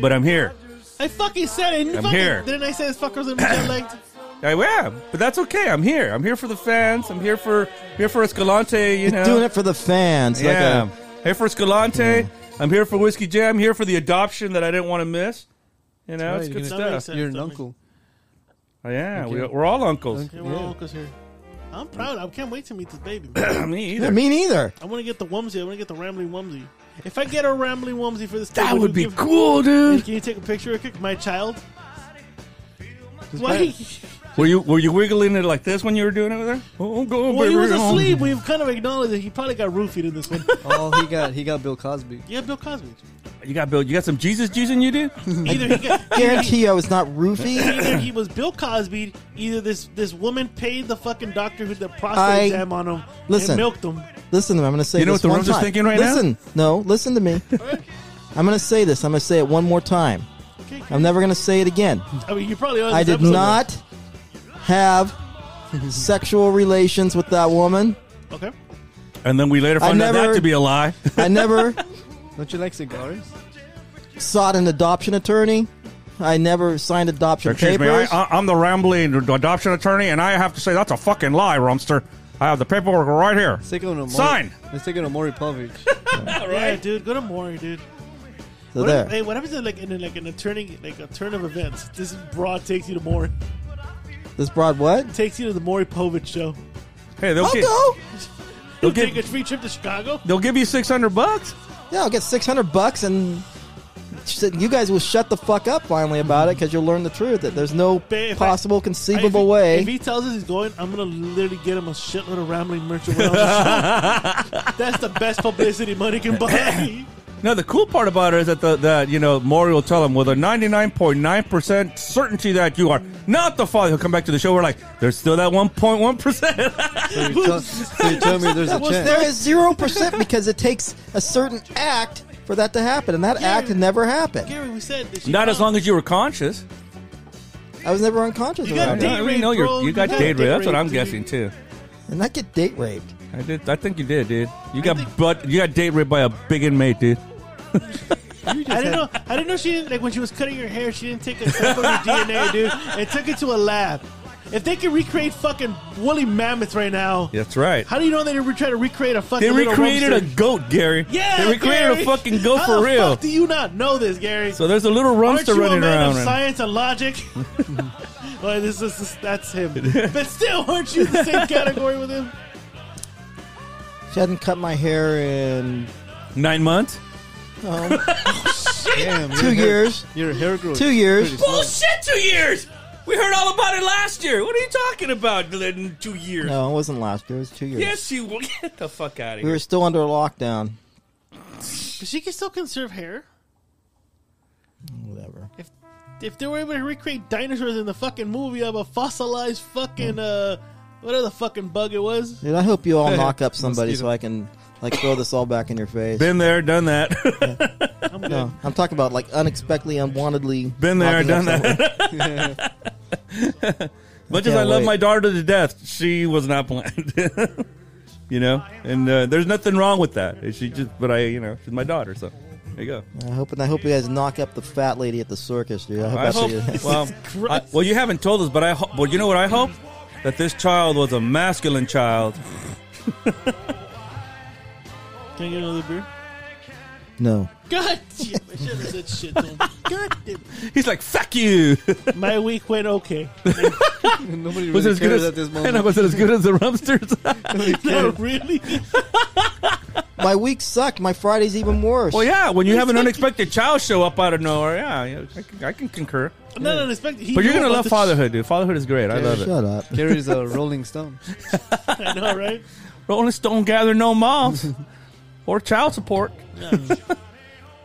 [SPEAKER 4] but I'm here.
[SPEAKER 5] I fucking said it.
[SPEAKER 4] I'm
[SPEAKER 5] fucking,
[SPEAKER 4] here.
[SPEAKER 5] Didn't I say this fucker's gonna
[SPEAKER 4] <coughs>
[SPEAKER 5] be jet lagged?
[SPEAKER 4] I am, but that's okay. I'm here. I'm here for the fans. I'm here for here for Escalante. You know,
[SPEAKER 2] doing it for the fans. like
[SPEAKER 4] yeah.
[SPEAKER 2] a-
[SPEAKER 4] here for Escalante. I'm here for Whiskey Jam. I'm here for the adoption that I didn't want to miss. You know,
[SPEAKER 3] Right,
[SPEAKER 4] it's
[SPEAKER 3] you
[SPEAKER 4] good
[SPEAKER 3] can-
[SPEAKER 5] That
[SPEAKER 4] stuff.
[SPEAKER 5] makes sense.
[SPEAKER 3] You're an
[SPEAKER 5] That makes-
[SPEAKER 3] uncle.
[SPEAKER 4] Yeah,
[SPEAKER 3] Okay.
[SPEAKER 4] we, we're all uncles.
[SPEAKER 5] Yeah, we're all
[SPEAKER 3] Yeah.
[SPEAKER 5] uncles here.
[SPEAKER 4] <coughs>
[SPEAKER 5] I'm proud. I can't wait to meet this baby.
[SPEAKER 4] <clears throat>
[SPEAKER 5] man.
[SPEAKER 4] Me
[SPEAKER 2] yeah,
[SPEAKER 4] either.
[SPEAKER 2] me neither.
[SPEAKER 5] I want to get the Wumsy. I want to get the Rambling Wumsy. If I get a rambling Womsey for this,
[SPEAKER 4] That
[SPEAKER 5] table,
[SPEAKER 4] would be
[SPEAKER 5] you give-
[SPEAKER 4] cool,
[SPEAKER 5] Hey,
[SPEAKER 4] dude.
[SPEAKER 5] Can you take a picture of it, my child?
[SPEAKER 2] buy
[SPEAKER 5] Why?
[SPEAKER 4] Were you were you wiggling it like this when you were doing it with her? Oh, go,
[SPEAKER 5] Well,
[SPEAKER 4] baby.
[SPEAKER 5] he was
[SPEAKER 4] oh.
[SPEAKER 5] asleep. We've kind of acknowledged that he probably got roofied
[SPEAKER 4] <laughs>
[SPEAKER 5] in this one.
[SPEAKER 3] Oh, he got he got Bill Cosby.
[SPEAKER 5] yeah, Bill Cosby.
[SPEAKER 4] You got Bill. You got some Jesus juice in you, dude.
[SPEAKER 5] Either he got,
[SPEAKER 2] <laughs> Guarantee I was not roofie.
[SPEAKER 5] either he was Bill Cosby. Either this this woman paid the fucking doctor who did the prostate
[SPEAKER 2] I-
[SPEAKER 5] exam on him
[SPEAKER 2] Listen.
[SPEAKER 5] and milked him.
[SPEAKER 2] Listen to me. I'm going to say
[SPEAKER 4] You know
[SPEAKER 2] this
[SPEAKER 4] what the
[SPEAKER 2] one
[SPEAKER 4] room's just
[SPEAKER 2] time.
[SPEAKER 4] thinking right now?
[SPEAKER 2] listen, no, listen to me. I'm going to say this. I'm going to say it one more time.
[SPEAKER 5] Okay,
[SPEAKER 2] I'm never going to say it again.
[SPEAKER 5] I mean, you probably. own
[SPEAKER 2] I
[SPEAKER 5] this
[SPEAKER 2] did
[SPEAKER 5] episode,
[SPEAKER 2] not have sexual relations with that woman.
[SPEAKER 5] though. Okay.
[SPEAKER 4] And then we later
[SPEAKER 2] I
[SPEAKER 4] found out
[SPEAKER 2] never-
[SPEAKER 4] that to be a lie.
[SPEAKER 2] I never
[SPEAKER 3] Don't you like cigars?
[SPEAKER 2] sought an adoption attorney. I never signed adoption
[SPEAKER 4] Excuse me, I,
[SPEAKER 5] uh,
[SPEAKER 2] papers.
[SPEAKER 4] I, I'm the rambling adoption attorney, and I have to say that's a fucking lie, Rumster. I have the paperwork right here.
[SPEAKER 3] Let's take on Omori.
[SPEAKER 4] Sign.
[SPEAKER 3] Let's take on Omori Povich.
[SPEAKER 5] Yeah, dude, go to Maury, dude.
[SPEAKER 2] so
[SPEAKER 5] What
[SPEAKER 2] there.
[SPEAKER 5] if- hey, what happens in like in like an attorney like a turn of events? This broad takes you to Maury,
[SPEAKER 2] This broad what?
[SPEAKER 5] takes you to the Maury Povich show.
[SPEAKER 4] Hey,
[SPEAKER 5] Oh,
[SPEAKER 4] they'll, gi-
[SPEAKER 2] I'll go.
[SPEAKER 5] You'll
[SPEAKER 4] Okay.
[SPEAKER 5] take a free trip to Chicago.
[SPEAKER 4] they'll give you six hundred bucks.
[SPEAKER 2] Yeah, I'll get 600 bucks and sh- you guys will shut the fuck up finally about it because you'll learn the truth that there's no
[SPEAKER 5] Babe, if I-
[SPEAKER 2] possible conceivable
[SPEAKER 5] if he,
[SPEAKER 2] way.
[SPEAKER 5] If he tells us he's going, I'm gonna literally get him a shitload of rambling merch. and wear it on the <laughs> show. That's the best publicity money can <laughs> buy.
[SPEAKER 4] No, the cool part about it is that the, the you know Maury will tell him with a ninety nine point nine percent certainty that you are not the father. He'll come back to the show. We're like, there's still that one point one percent. <laughs>
[SPEAKER 3] So you, tell, so you tell me there's a
[SPEAKER 2] Well,
[SPEAKER 3] chance.
[SPEAKER 2] there is zero percent because it takes a certain act for that to happen, and that
[SPEAKER 5] Yeah.
[SPEAKER 2] act never happened.
[SPEAKER 5] Gary, we said that she
[SPEAKER 4] Not
[SPEAKER 5] found-
[SPEAKER 4] as long as you were conscious.
[SPEAKER 2] I was never unconscious
[SPEAKER 5] You
[SPEAKER 2] about
[SPEAKER 5] gotta
[SPEAKER 2] it,
[SPEAKER 5] date
[SPEAKER 4] I already
[SPEAKER 5] raped,
[SPEAKER 4] know
[SPEAKER 5] bro.
[SPEAKER 4] you're, you got
[SPEAKER 5] You
[SPEAKER 4] date
[SPEAKER 5] got date
[SPEAKER 4] rape. That's what
[SPEAKER 5] raped,
[SPEAKER 4] I'm
[SPEAKER 5] dude.
[SPEAKER 4] guessing too.
[SPEAKER 2] and not get date raped.
[SPEAKER 4] I did. I think you did, dude. You got
[SPEAKER 5] think-
[SPEAKER 4] but you got date raped by a biggin mate, dude.
[SPEAKER 5] I didn't know. I didn't know she didn't like when she was cutting her hair. She didn't take a sample of her DNA, dude, and took it to a lab. If they could recreate fucking woolly mammoth right now,
[SPEAKER 4] That's right.
[SPEAKER 5] how do you know they didn't try to recreate a fucking?
[SPEAKER 4] They
[SPEAKER 5] little
[SPEAKER 4] recreated a
[SPEAKER 5] rumster?
[SPEAKER 4] goat, Gary.
[SPEAKER 5] Yeah,
[SPEAKER 4] they recreated
[SPEAKER 5] Gary.
[SPEAKER 4] a fucking goat
[SPEAKER 5] How
[SPEAKER 4] for
[SPEAKER 5] the
[SPEAKER 4] real.
[SPEAKER 5] Fuck do you not know this, Gary?
[SPEAKER 4] so there's a little
[SPEAKER 5] Aren't
[SPEAKER 4] rumster
[SPEAKER 5] you a
[SPEAKER 4] running
[SPEAKER 5] man
[SPEAKER 4] around.
[SPEAKER 5] of
[SPEAKER 4] right-
[SPEAKER 5] science and logic?
[SPEAKER 4] <laughs>
[SPEAKER 5] <laughs> well, this is this- that's him. But still, aren't you in
[SPEAKER 4] <laughs>
[SPEAKER 5] the same category with him?
[SPEAKER 2] She hadn't cut my hair in
[SPEAKER 4] Nine months.
[SPEAKER 5] <laughs>
[SPEAKER 2] um,
[SPEAKER 5] Oh,
[SPEAKER 3] Damn,
[SPEAKER 2] two
[SPEAKER 3] your hair-
[SPEAKER 2] years.
[SPEAKER 3] Your
[SPEAKER 2] <laughs>
[SPEAKER 3] hair growth.
[SPEAKER 2] Two years.
[SPEAKER 3] Pretty slow.
[SPEAKER 4] Bullshit! Two years. We heard all about it last year. What are you talking about? In two years?
[SPEAKER 2] No, it wasn't last year. It was two years.
[SPEAKER 4] you. will. <laughs> Get the fuck out of
[SPEAKER 2] We were still under lockdown.
[SPEAKER 5] But she can still conserve hair.
[SPEAKER 2] Whatever.
[SPEAKER 5] If if they were able to recreate dinosaurs in the fucking movie of a fossilized
[SPEAKER 4] Hmm.
[SPEAKER 5] fucking uh, whatever the fucking bug it was.
[SPEAKER 2] Dude, I hope you
[SPEAKER 4] <laughs>
[SPEAKER 2] all knock up somebody
[SPEAKER 3] Mosquito.
[SPEAKER 2] so I can like throw this all back in your face.
[SPEAKER 4] Been there, done that. <laughs>
[SPEAKER 5] I'm good.
[SPEAKER 2] no, I'm talking about like unexpectedly, unwantedly.
[SPEAKER 4] Been there,
[SPEAKER 2] knocking up
[SPEAKER 4] done that.
[SPEAKER 2] someone.
[SPEAKER 4] <laughs>
[SPEAKER 5] <laughs>
[SPEAKER 4] Much as
[SPEAKER 2] can't
[SPEAKER 4] I love
[SPEAKER 2] wait.
[SPEAKER 4] my daughter to death, she was not planned. <laughs> you know, and uh, there's nothing wrong with that. She just, but I, you know, she's my daughter, so there you go.
[SPEAKER 2] I hope and I hope you guys knock up the fat lady at the circus, dude. I hope
[SPEAKER 4] I
[SPEAKER 2] that's what
[SPEAKER 4] hope.
[SPEAKER 2] you- <laughs>
[SPEAKER 4] Well, I- well, you haven't told us, but I hope. Well, you know what I hope that this child was a masculine child.
[SPEAKER 5] Can I get another beer? <laughs>
[SPEAKER 2] no.
[SPEAKER 5] God damn! it, I should have said shit. to him.
[SPEAKER 4] <laughs>
[SPEAKER 5] God damn!
[SPEAKER 4] He's like, "Fuck you."
[SPEAKER 5] it. My week
[SPEAKER 4] <laughs>
[SPEAKER 5] went okay.
[SPEAKER 3] <laughs> Nobody
[SPEAKER 4] Was
[SPEAKER 3] really
[SPEAKER 4] it as good
[SPEAKER 3] cares
[SPEAKER 4] as
[SPEAKER 3] at this
[SPEAKER 4] <laughs> I know,
[SPEAKER 3] moment.
[SPEAKER 4] was it as good as
[SPEAKER 3] <laughs>
[SPEAKER 4] the Rumsters?
[SPEAKER 5] <laughs> no, really.
[SPEAKER 2] My week sucked. My Friday's even worse.
[SPEAKER 4] well, yeah. When you have an unexpected child show up out of nowhere, yeah, yeah, I can, I can concur.
[SPEAKER 5] Not unexpected. He
[SPEAKER 4] But you're
[SPEAKER 5] knew
[SPEAKER 4] gonna
[SPEAKER 5] about
[SPEAKER 4] love
[SPEAKER 5] the-
[SPEAKER 4] fatherhood, dude. Fatherhood is great. I
[SPEAKER 3] Yeah,
[SPEAKER 4] love it.
[SPEAKER 2] Shut up.
[SPEAKER 3] Gary's a Rolling Stone.
[SPEAKER 5] <laughs> I know, right?
[SPEAKER 4] Rolling Stone gather no moms <laughs> or child support.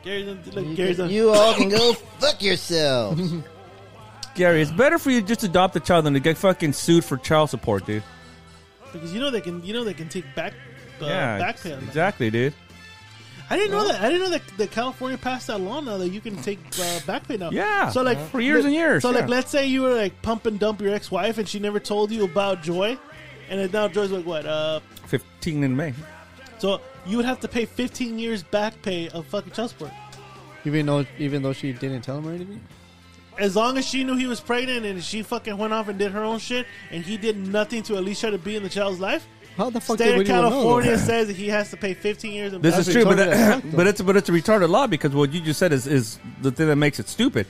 [SPEAKER 5] Gary's on, look, Gary's on.
[SPEAKER 2] You all can go fuck
[SPEAKER 4] <laughs>
[SPEAKER 2] yourselves.
[SPEAKER 4] Gary, it's better for you just to adopt a child than to get fucking sued for child support, dude.
[SPEAKER 5] Because you know they can, you know they can take back, uh,
[SPEAKER 4] yeah,
[SPEAKER 5] back
[SPEAKER 4] ex-
[SPEAKER 5] pay. on that.
[SPEAKER 4] exactly, dude.
[SPEAKER 5] I didn't know that. I didn't know that, that California passed that law now that you can take uh, back pay now.
[SPEAKER 4] Yeah,
[SPEAKER 5] So like
[SPEAKER 4] for years and years,
[SPEAKER 5] So like,
[SPEAKER 4] yeah.
[SPEAKER 5] let's say you were like pump and dump your ex-wife, and she never told you about Joy, and then now Joy's like what? Uh,
[SPEAKER 4] Fifteen in May.
[SPEAKER 5] so you would have to pay 15 years back pay of fucking child support.
[SPEAKER 3] Even though, even though she didn't tell him or anything.
[SPEAKER 5] As long as she knew he was pregnant and she fucking went off and did her own shit, and he did nothing to at least try to be in the child's life,
[SPEAKER 3] How the fuck
[SPEAKER 5] state
[SPEAKER 3] did
[SPEAKER 5] of
[SPEAKER 3] we even know?
[SPEAKER 5] California says that he has to pay 15 years. In
[SPEAKER 4] This
[SPEAKER 5] back
[SPEAKER 4] is
[SPEAKER 3] That's
[SPEAKER 4] true, but
[SPEAKER 3] retarded as fuck,
[SPEAKER 4] that, <laughs>
[SPEAKER 3] though.
[SPEAKER 4] but it's but it's a retarded law because what you just said is is the thing that makes it stupid.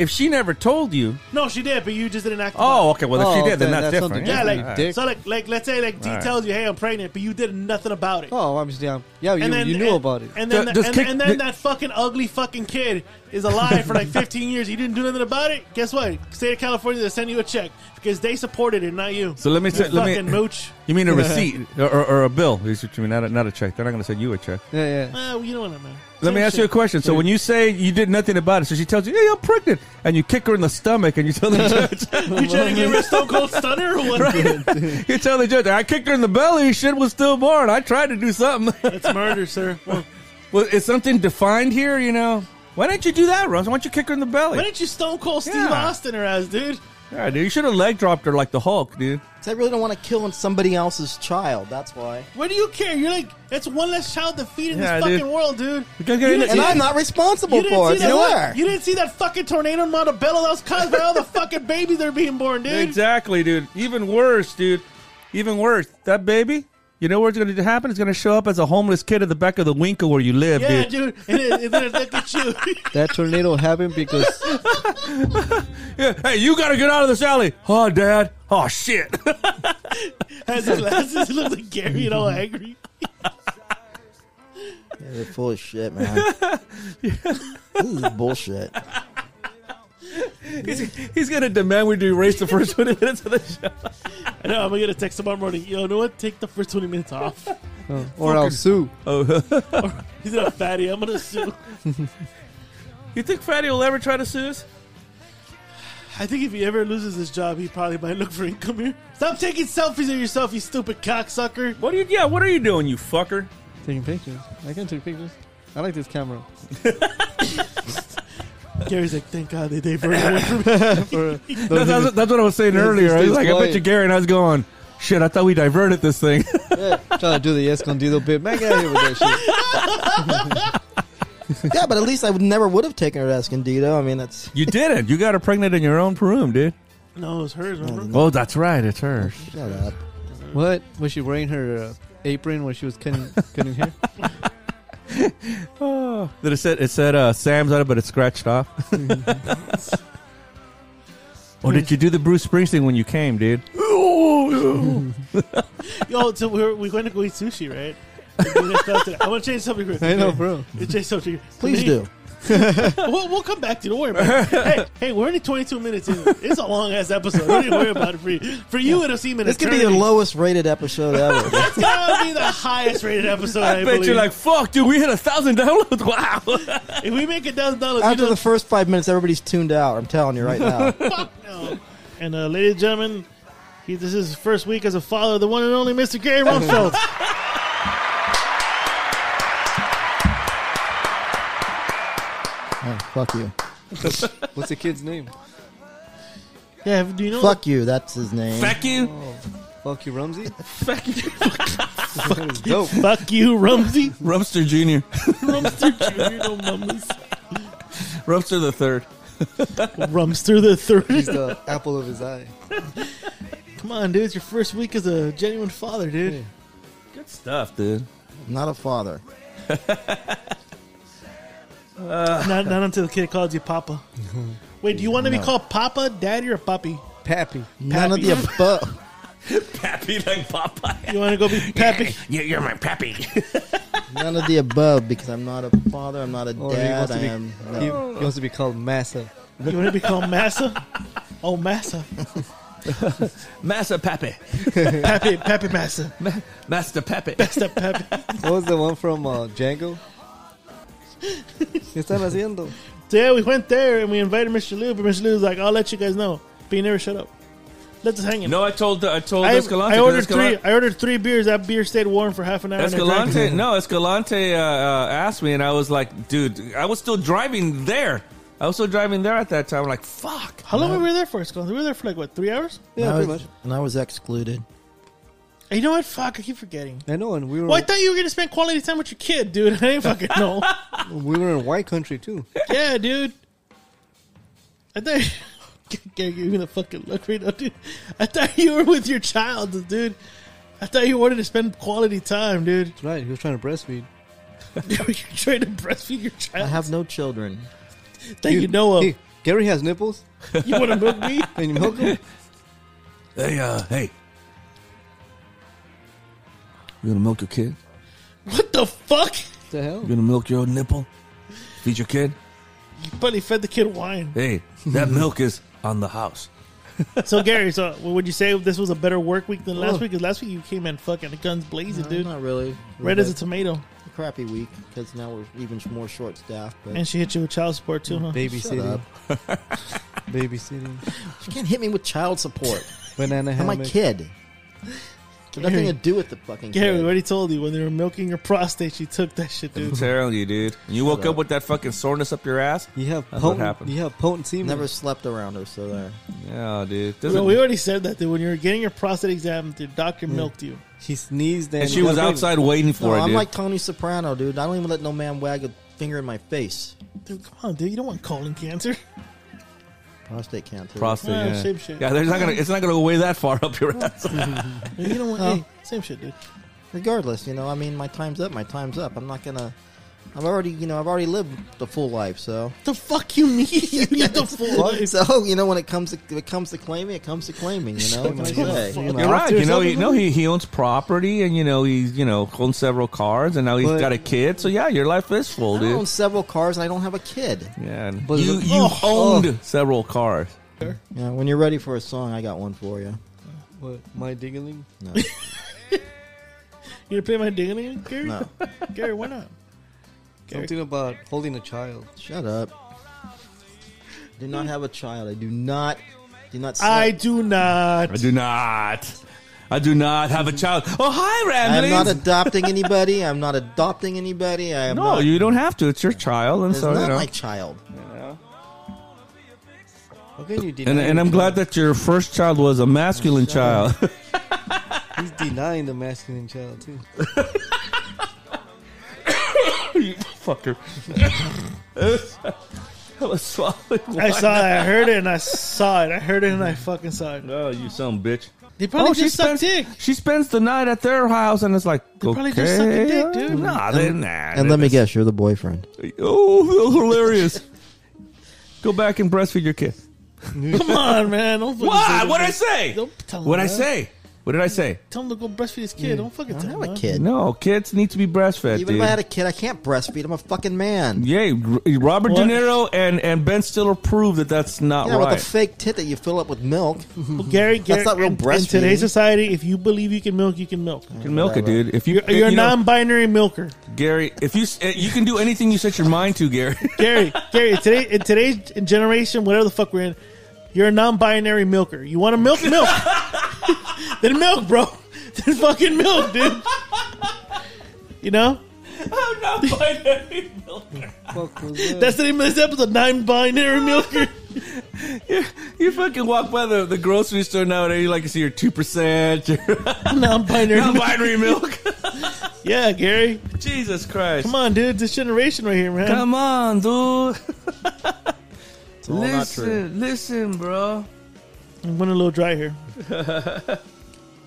[SPEAKER 4] if she never told you,
[SPEAKER 5] No, she did, but you just didn't act. upon it.
[SPEAKER 4] oh, okay, well,
[SPEAKER 3] Oh,
[SPEAKER 4] if she did, then
[SPEAKER 3] okay,
[SPEAKER 4] that's,
[SPEAKER 3] that's
[SPEAKER 4] different.
[SPEAKER 3] something
[SPEAKER 5] yeah,
[SPEAKER 3] different.
[SPEAKER 5] like
[SPEAKER 3] you dick.
[SPEAKER 5] so, like like let's say like D
[SPEAKER 4] All right.
[SPEAKER 5] tells you, hey, I'm pregnant, but you did nothing about it.
[SPEAKER 3] Oh, I'm just yeah, yeah. You,
[SPEAKER 5] and then
[SPEAKER 3] you knew
[SPEAKER 5] and-
[SPEAKER 3] about it.
[SPEAKER 5] and then
[SPEAKER 4] Ju-
[SPEAKER 5] the-
[SPEAKER 4] just
[SPEAKER 5] and,
[SPEAKER 4] kick
[SPEAKER 5] and then
[SPEAKER 4] the-
[SPEAKER 5] that fucking ugly fucking kid is alive for
[SPEAKER 4] <laughs>
[SPEAKER 5] like 15 years. You didn't do nothing about it. Guess what? State of California they send you a check because they supported it, not you.
[SPEAKER 4] So let me
[SPEAKER 5] You
[SPEAKER 4] say- let me-
[SPEAKER 5] fucking mooch.
[SPEAKER 4] You mean a receipt or, or, or a bill? Is what you mean? Not a, not a check. They're not going to send you a check.
[SPEAKER 3] yeah, yeah.
[SPEAKER 5] Uh, you know what I
[SPEAKER 3] <laughs>
[SPEAKER 5] mean.
[SPEAKER 4] Let
[SPEAKER 5] Same
[SPEAKER 4] me ask you a
[SPEAKER 5] shit.
[SPEAKER 4] question. So when you say you did nothing about it, so she tells you, "Yeah, I'm pregnant," and you kick her in the stomach, and you tell
[SPEAKER 5] <laughs>
[SPEAKER 4] the judge, <laughs>
[SPEAKER 5] You trying to get rid of Stone Cold Stunner or what? <laughs>
[SPEAKER 4] you tell the judge, "I kicked her in the belly. Shit was still born. I tried to do something." <laughs>
[SPEAKER 5] It's murder, sir. Well,
[SPEAKER 4] well, is something defined here? You know, why didn't you do that, Russ? Why don't you kick her in the belly?
[SPEAKER 5] why didn't you Stone Cold Steve
[SPEAKER 4] Yeah.
[SPEAKER 5] Austin her ass, dude?
[SPEAKER 4] Yeah, dude, you should have leg dropped her like the Hulk, dude.
[SPEAKER 2] 'Cause I really don't want to kill somebody else's child. That's why.
[SPEAKER 5] What do you care? You're like, that's one less child to feed in
[SPEAKER 4] Yeah,
[SPEAKER 5] this fucking
[SPEAKER 4] dude.
[SPEAKER 5] world, dude.
[SPEAKER 4] You guys gotta-
[SPEAKER 5] You
[SPEAKER 2] And
[SPEAKER 5] didn't-
[SPEAKER 2] I'm not responsible
[SPEAKER 5] You didn't,
[SPEAKER 2] for
[SPEAKER 5] see
[SPEAKER 2] it. You
[SPEAKER 5] that,
[SPEAKER 2] are.
[SPEAKER 5] you didn't see that fucking tornado in Montebello that was caused by
[SPEAKER 2] <laughs>
[SPEAKER 5] all the fucking babies that are being born, dude.
[SPEAKER 4] Exactly, dude. Even worse, dude. Even worse. That baby, you know where it's going to happen? It's going to show up as a homeless kid at the back of the Winkle where you live,
[SPEAKER 5] Yeah,
[SPEAKER 4] dude.
[SPEAKER 5] dude. And, then- and then look at you. <laughs>
[SPEAKER 3] That tornado happened because
[SPEAKER 4] Yeah. Hey, you got to get out of this alley. Oh, Dad. Oh, shit. <laughs>
[SPEAKER 5] As his glasses, he looks like Gary and all angry.
[SPEAKER 2] Yeah, they're full of shit, man. This is bullshit.
[SPEAKER 4] he's going to demand we do erase the first <laughs> 20 minutes of the show.
[SPEAKER 5] I know, I'm going to get a text tomorrow morning. Yo, you know what? Take the first 20 minutes off. <laughs>
[SPEAKER 3] uh, or I'll sue.
[SPEAKER 4] Oh, <laughs>
[SPEAKER 5] He's a fatty. I'm going to sue.
[SPEAKER 4] you think Fatty will ever try to sue us?
[SPEAKER 5] I think if he ever loses his job, he probably might look for income here. Stop taking selfies of yourself, you stupid cocksucker.
[SPEAKER 4] What are you? Yeah, what are you doing, you fucker?
[SPEAKER 3] Taking pictures. I can take pictures. I like this camera.
[SPEAKER 5] Gary's like, thank God they diverted away from me.
[SPEAKER 3] For
[SPEAKER 4] That's,
[SPEAKER 3] those
[SPEAKER 4] that's, that's what I was saying
[SPEAKER 3] This-
[SPEAKER 4] earlier.
[SPEAKER 3] this
[SPEAKER 4] I was
[SPEAKER 3] thing's
[SPEAKER 4] like, I bet
[SPEAKER 3] quiet.
[SPEAKER 4] you Gary and I was going, shit, I thought we diverted this thing.
[SPEAKER 3] trying to do the Escondido bit. Man, get out of here with that shit.
[SPEAKER 2] Yeah, but at least I would never would have taken her to Escondido. I mean, that's
[SPEAKER 4] you didn't. You got her pregnant in your own room, dude.
[SPEAKER 5] <laughs> No, it was hers, remember?
[SPEAKER 4] Oh, that's right. It's her.
[SPEAKER 2] shut up.
[SPEAKER 3] What? Was she wearing her uh, apron when she was cutting cutting hair? <laughs>
[SPEAKER 4] Oh, that it said it said uh, Sam's on it, but it's scratched off. <laughs> or did you do the Bruce Springsteen when you came, dude?
[SPEAKER 5] Yo, so we were, we went to go eat sushi, right? <laughs> We went to- I want to change something quick.
[SPEAKER 3] I know, bro.
[SPEAKER 5] Let's Change something.
[SPEAKER 2] Please
[SPEAKER 5] Me-
[SPEAKER 2] do.
[SPEAKER 5] We'll, we'll come back to it. Don't worry about it.
[SPEAKER 2] <laughs>
[SPEAKER 5] Hey, hey, we're only 22 minutes in. It's a long ass episode. Don't even worry about it for you. For you, it'll seem an
[SPEAKER 2] This could be
[SPEAKER 5] eternity.
[SPEAKER 2] the lowest rated episode
[SPEAKER 5] <laughs>
[SPEAKER 2] ever.
[SPEAKER 5] It's gonna be the highest
[SPEAKER 2] <laughs>
[SPEAKER 5] rated episode. I,
[SPEAKER 4] I <laughs> bet
[SPEAKER 5] believe.
[SPEAKER 4] you're like, fuck, dude, we hit a thousand downloads. <laughs> Wow.
[SPEAKER 5] if we make a thousand dollars,
[SPEAKER 2] After the
[SPEAKER 5] you know,
[SPEAKER 2] first five minutes, everybody's tuned out. I'm telling you right now.
[SPEAKER 5] fuck no. And uh, ladies and gentlemen, he, this is his first week as a father, the one and only Mr. Gary
[SPEAKER 2] <laughs>
[SPEAKER 5] Rumfeld.
[SPEAKER 2] Oh, fuck you.
[SPEAKER 3] What's the kid's name?
[SPEAKER 5] yeah, do you know?
[SPEAKER 2] Fuck you. That's his name.
[SPEAKER 4] Fuck you.
[SPEAKER 3] Oh, <laughs> fuck you, Rumsey. fuck you. dope.
[SPEAKER 5] Fuck you, Rumsey.
[SPEAKER 4] Rumster Jr.
[SPEAKER 5] Rumster Jr. No mummies.
[SPEAKER 4] Rumster the third.
[SPEAKER 5] Rumster the
[SPEAKER 3] He's
[SPEAKER 5] third.
[SPEAKER 3] the apple of his eye.
[SPEAKER 5] Come on, dude. It's your first week as a genuine father, dude.
[SPEAKER 4] Good stuff, dude.
[SPEAKER 2] Not a father.
[SPEAKER 5] Not, not until the kid calls
[SPEAKER 2] <laughs>
[SPEAKER 5] you Papa. Wait, do you want to be called Papa, Daddy, or Puppy?
[SPEAKER 3] Pappy.
[SPEAKER 2] None of the above.
[SPEAKER 4] Pappy like Popeye.
[SPEAKER 5] You want to go be Pappy?
[SPEAKER 4] <laughs> You- You're my pappy.
[SPEAKER 2] None of the above because I'm not a father. I'm not a
[SPEAKER 3] Or he
[SPEAKER 2] dad.
[SPEAKER 3] wants
[SPEAKER 2] I
[SPEAKER 3] to be.
[SPEAKER 2] am.
[SPEAKER 3] he, he wants to be called Massa.
[SPEAKER 5] You want to be called Massa? Oh, Massa.
[SPEAKER 4] Master Pappy.
[SPEAKER 5] Pappy, Pappy Massa.
[SPEAKER 4] Master Pappy.
[SPEAKER 5] Step Pappy.
[SPEAKER 3] What was the one from uh, <laughs> Django? ¿Qué están haciendo?
[SPEAKER 5] So yeah, we went there and we invited Mr. Liu, but Mr. Liu was like, I'll let you guys know. But he never shut up. Let us hang in.
[SPEAKER 4] No, I told I told
[SPEAKER 5] I,
[SPEAKER 4] Escalante.
[SPEAKER 5] I
[SPEAKER 4] 'cause
[SPEAKER 5] ordered
[SPEAKER 4] Escalante-
[SPEAKER 5] three. I ordered three beers. That beer stayed warm for half an hour. and I drank
[SPEAKER 4] Escalante,
[SPEAKER 5] it.
[SPEAKER 4] no, Escalante uh, uh, asked me, and I was like, dude, I was still driving there. I was still driving there at that time. like, fuck.
[SPEAKER 5] How long were we there for, Escalante? We were there for like what, three hours?
[SPEAKER 3] Yeah,
[SPEAKER 2] and I
[SPEAKER 3] pretty
[SPEAKER 2] was-
[SPEAKER 3] much.
[SPEAKER 2] And I was excluded.
[SPEAKER 5] And you know what? Fuck, I keep forgetting.
[SPEAKER 3] I know, and we were
[SPEAKER 5] Well, I thought you were gonna spend quality time with your kid, dude. <laughs> I didn't fucking know.
[SPEAKER 3] we were in white country too.
[SPEAKER 5] yeah, dude. I thought. <laughs> Gary, give me the fucking look right now, dude. I thought you were with your child, dude. I thought you wanted to spend quality time, dude. <laughs>
[SPEAKER 3] That's right. He was trying to breastfeed.
[SPEAKER 5] You're trying to breastfeed your
[SPEAKER 2] I
[SPEAKER 5] child
[SPEAKER 2] have no children.
[SPEAKER 5] that you
[SPEAKER 3] He-
[SPEAKER 5] know of.
[SPEAKER 2] <laughs>
[SPEAKER 3] He, Gary has nipples.
[SPEAKER 5] You want to milk me?
[SPEAKER 3] Can you milk <laughs> him?
[SPEAKER 4] Hey, uh, hey. You gonna milk your kid?
[SPEAKER 5] What the fuck?
[SPEAKER 3] What the hell?
[SPEAKER 4] You gonna milk your own nipple? Feed your kid?
[SPEAKER 5] You probably fed the kid wine.
[SPEAKER 4] Hey, that milk is on the house.
[SPEAKER 5] So Gary, so would you say this was a better work week than
[SPEAKER 2] Oh.
[SPEAKER 5] last week? Because last week you came in fucking guns blazing,
[SPEAKER 2] No,
[SPEAKER 5] dude.
[SPEAKER 2] Not really.
[SPEAKER 5] Red
[SPEAKER 2] It was
[SPEAKER 5] as a tomato,
[SPEAKER 2] a crappy week because now we're even more short staffed. But
[SPEAKER 5] and she hit you with child support too, huh?
[SPEAKER 3] Babysitting. <laughs>
[SPEAKER 2] up.
[SPEAKER 3] Babysitting.
[SPEAKER 2] you can't hit me with child support.
[SPEAKER 3] Banana
[SPEAKER 2] I'm my
[SPEAKER 3] hammock.
[SPEAKER 2] kid. It's nothing to do with the fucking
[SPEAKER 5] Gary, we
[SPEAKER 2] kid.
[SPEAKER 5] already told you when they were milking your prostate, she took that shit,
[SPEAKER 4] I'm
[SPEAKER 5] dude.
[SPEAKER 4] telling you, dude. When you woke
[SPEAKER 2] up.
[SPEAKER 4] up with that fucking soreness up your ass?
[SPEAKER 3] You have
[SPEAKER 4] That's what
[SPEAKER 3] potent.
[SPEAKER 4] happened.
[SPEAKER 3] You have potent semen.
[SPEAKER 2] Never slept around her, so there.
[SPEAKER 4] Yeah, dude.
[SPEAKER 5] So
[SPEAKER 4] Doesn't-
[SPEAKER 5] we already said that, dude. When you were getting your prostate exam, the doctor milked you.
[SPEAKER 3] She sneezed and,
[SPEAKER 4] and she was
[SPEAKER 3] got a baby.
[SPEAKER 4] outside waiting
[SPEAKER 2] No,
[SPEAKER 4] for it,
[SPEAKER 2] I'm
[SPEAKER 4] dude.
[SPEAKER 2] like Tony Soprano, dude. I don't even let no man wag a finger in my face.
[SPEAKER 5] Dude, come on, dude. You don't want
[SPEAKER 4] <laughs>
[SPEAKER 5] colon cancer.
[SPEAKER 2] Prostate cancer.
[SPEAKER 4] Prostate,
[SPEAKER 5] Ah,
[SPEAKER 4] yeah.
[SPEAKER 5] same shit.
[SPEAKER 4] Yeah, there's not gonna. It's not gonna go way that far <laughs> up your ass.
[SPEAKER 5] You don't want.
[SPEAKER 2] Oh.
[SPEAKER 5] Hey, same shit, dude.
[SPEAKER 2] Regardless, you know, I mean, my time's up. My time's up. I'm not gonna. I've already, you know, I've already lived the full life, so.
[SPEAKER 5] The fuck you need?
[SPEAKER 4] <laughs>
[SPEAKER 5] <laughs> You need the full. life.
[SPEAKER 2] So <laughs> you know, when it comes to when it comes to claiming, it comes to claiming. You know, what can I
[SPEAKER 5] the
[SPEAKER 2] say?
[SPEAKER 5] fuck
[SPEAKER 4] You're right.
[SPEAKER 3] Doctor
[SPEAKER 4] You know,
[SPEAKER 3] or
[SPEAKER 4] he, no, he he owns property, and you know he's you know owns several cars, and now he's
[SPEAKER 3] But-
[SPEAKER 4] got a kid. So yeah, your life is full,
[SPEAKER 2] I own
[SPEAKER 4] dude.
[SPEAKER 2] several cars, and I don't have a kid.
[SPEAKER 4] Yeah, and
[SPEAKER 3] But
[SPEAKER 4] you
[SPEAKER 3] look-
[SPEAKER 4] you
[SPEAKER 5] Oh,
[SPEAKER 4] owned several cars.
[SPEAKER 2] Yeah, when you're ready for a song, I got one for you.
[SPEAKER 3] What, my dingaling?
[SPEAKER 2] No,
[SPEAKER 5] You gonna play my dingling, Gary?
[SPEAKER 2] no,
[SPEAKER 5] Gary, why not? Gary.
[SPEAKER 3] Something about holding a child.
[SPEAKER 2] shut up. Do not have a child. I do not. Do not.
[SPEAKER 5] I
[SPEAKER 2] slap-
[SPEAKER 5] do not.
[SPEAKER 4] I do not. I do not have a child. Oh, hi,
[SPEAKER 2] I'm
[SPEAKER 4] Ramblings.
[SPEAKER 2] not <laughs> adopting anybody. I'm not adopting anybody. I am
[SPEAKER 4] no,
[SPEAKER 2] not.
[SPEAKER 4] you don't have to. It's your child, and
[SPEAKER 2] it's
[SPEAKER 4] so you
[SPEAKER 2] not
[SPEAKER 4] know.
[SPEAKER 2] my child.
[SPEAKER 3] How can you deny?
[SPEAKER 4] and, and I'm
[SPEAKER 3] it?
[SPEAKER 4] glad that your first child was a masculine child. <laughs>
[SPEAKER 3] he's denying the masculine child too.
[SPEAKER 4] you fucker. <laughs> I was swallowing.
[SPEAKER 5] I saw it. I heard it and I saw it. I heard it and I fucking saw it.
[SPEAKER 4] <laughs> Oh, you some bitch.
[SPEAKER 5] They probably
[SPEAKER 4] oh,
[SPEAKER 5] just suck dick.
[SPEAKER 4] She spends the night at their house, and it's like,
[SPEAKER 5] probably
[SPEAKER 4] okay,
[SPEAKER 5] just sucked a dick, dude.
[SPEAKER 4] Nah, they, nah.
[SPEAKER 2] And let me guess, you're the boyfriend.
[SPEAKER 4] me. Oh, <laughs> hilarious. Go back and breastfeed your kid.
[SPEAKER 5] Come on, man. Don't fucking
[SPEAKER 4] What?
[SPEAKER 5] say
[SPEAKER 4] What did I
[SPEAKER 5] that.
[SPEAKER 4] say?
[SPEAKER 5] Don't tell him.
[SPEAKER 4] What did I
[SPEAKER 5] that.
[SPEAKER 4] say? What did I say?
[SPEAKER 5] Tell him to go breastfeed his kid. Don't fucking
[SPEAKER 2] I
[SPEAKER 5] tell
[SPEAKER 2] don't
[SPEAKER 5] him.
[SPEAKER 2] have a
[SPEAKER 5] that.
[SPEAKER 2] kid.
[SPEAKER 4] No, kids need to be breastfed,
[SPEAKER 2] Even if
[SPEAKER 4] dude.
[SPEAKER 2] I had a kid, I can't breastfeed. I'm a fucking man.
[SPEAKER 4] Yay, R- Robert
[SPEAKER 5] What?
[SPEAKER 4] De Niro and, and Ben Stiller proved that that's not
[SPEAKER 2] Yeah,
[SPEAKER 4] right.
[SPEAKER 2] with a fake tit that you fill up with milk. <laughs>
[SPEAKER 5] Well, Gary, Gary,
[SPEAKER 2] not real
[SPEAKER 5] in, in
[SPEAKER 2] breastfeeding.
[SPEAKER 5] today's society, if you believe you can milk, you can milk.
[SPEAKER 4] you can milk it, dude. If you
[SPEAKER 5] You're, you're a
[SPEAKER 4] you know,
[SPEAKER 5] non-binary milker,
[SPEAKER 4] Gary, if you s- eh, you can do anything you set your mind to, Gary. <laughs>
[SPEAKER 5] Gary. Gary, today in today's generation, whatever the fuck we're in, you're a non-binary milker. You want to milk, milk. <laughs> then milk, bro. <laughs> Then fucking milk, dude. You know
[SPEAKER 4] I'm not binary.
[SPEAKER 3] Fuck
[SPEAKER 4] <laughs>
[SPEAKER 3] was that?
[SPEAKER 5] that's the name of this episode: non-binary milker. <laughs>
[SPEAKER 4] You fucking walk by the, the grocery store nowadays. You like to see your two percent, your
[SPEAKER 5] non-binary.
[SPEAKER 4] non-binary milk.
[SPEAKER 5] yeah, Gary.
[SPEAKER 4] <laughs> Jesus Christ!
[SPEAKER 5] Come on, dude. This generation right here, man.
[SPEAKER 4] Come on, <laughs> dude.
[SPEAKER 2] It's all not true.
[SPEAKER 4] listen, bro.
[SPEAKER 5] I'm running a little dry here.
[SPEAKER 2] You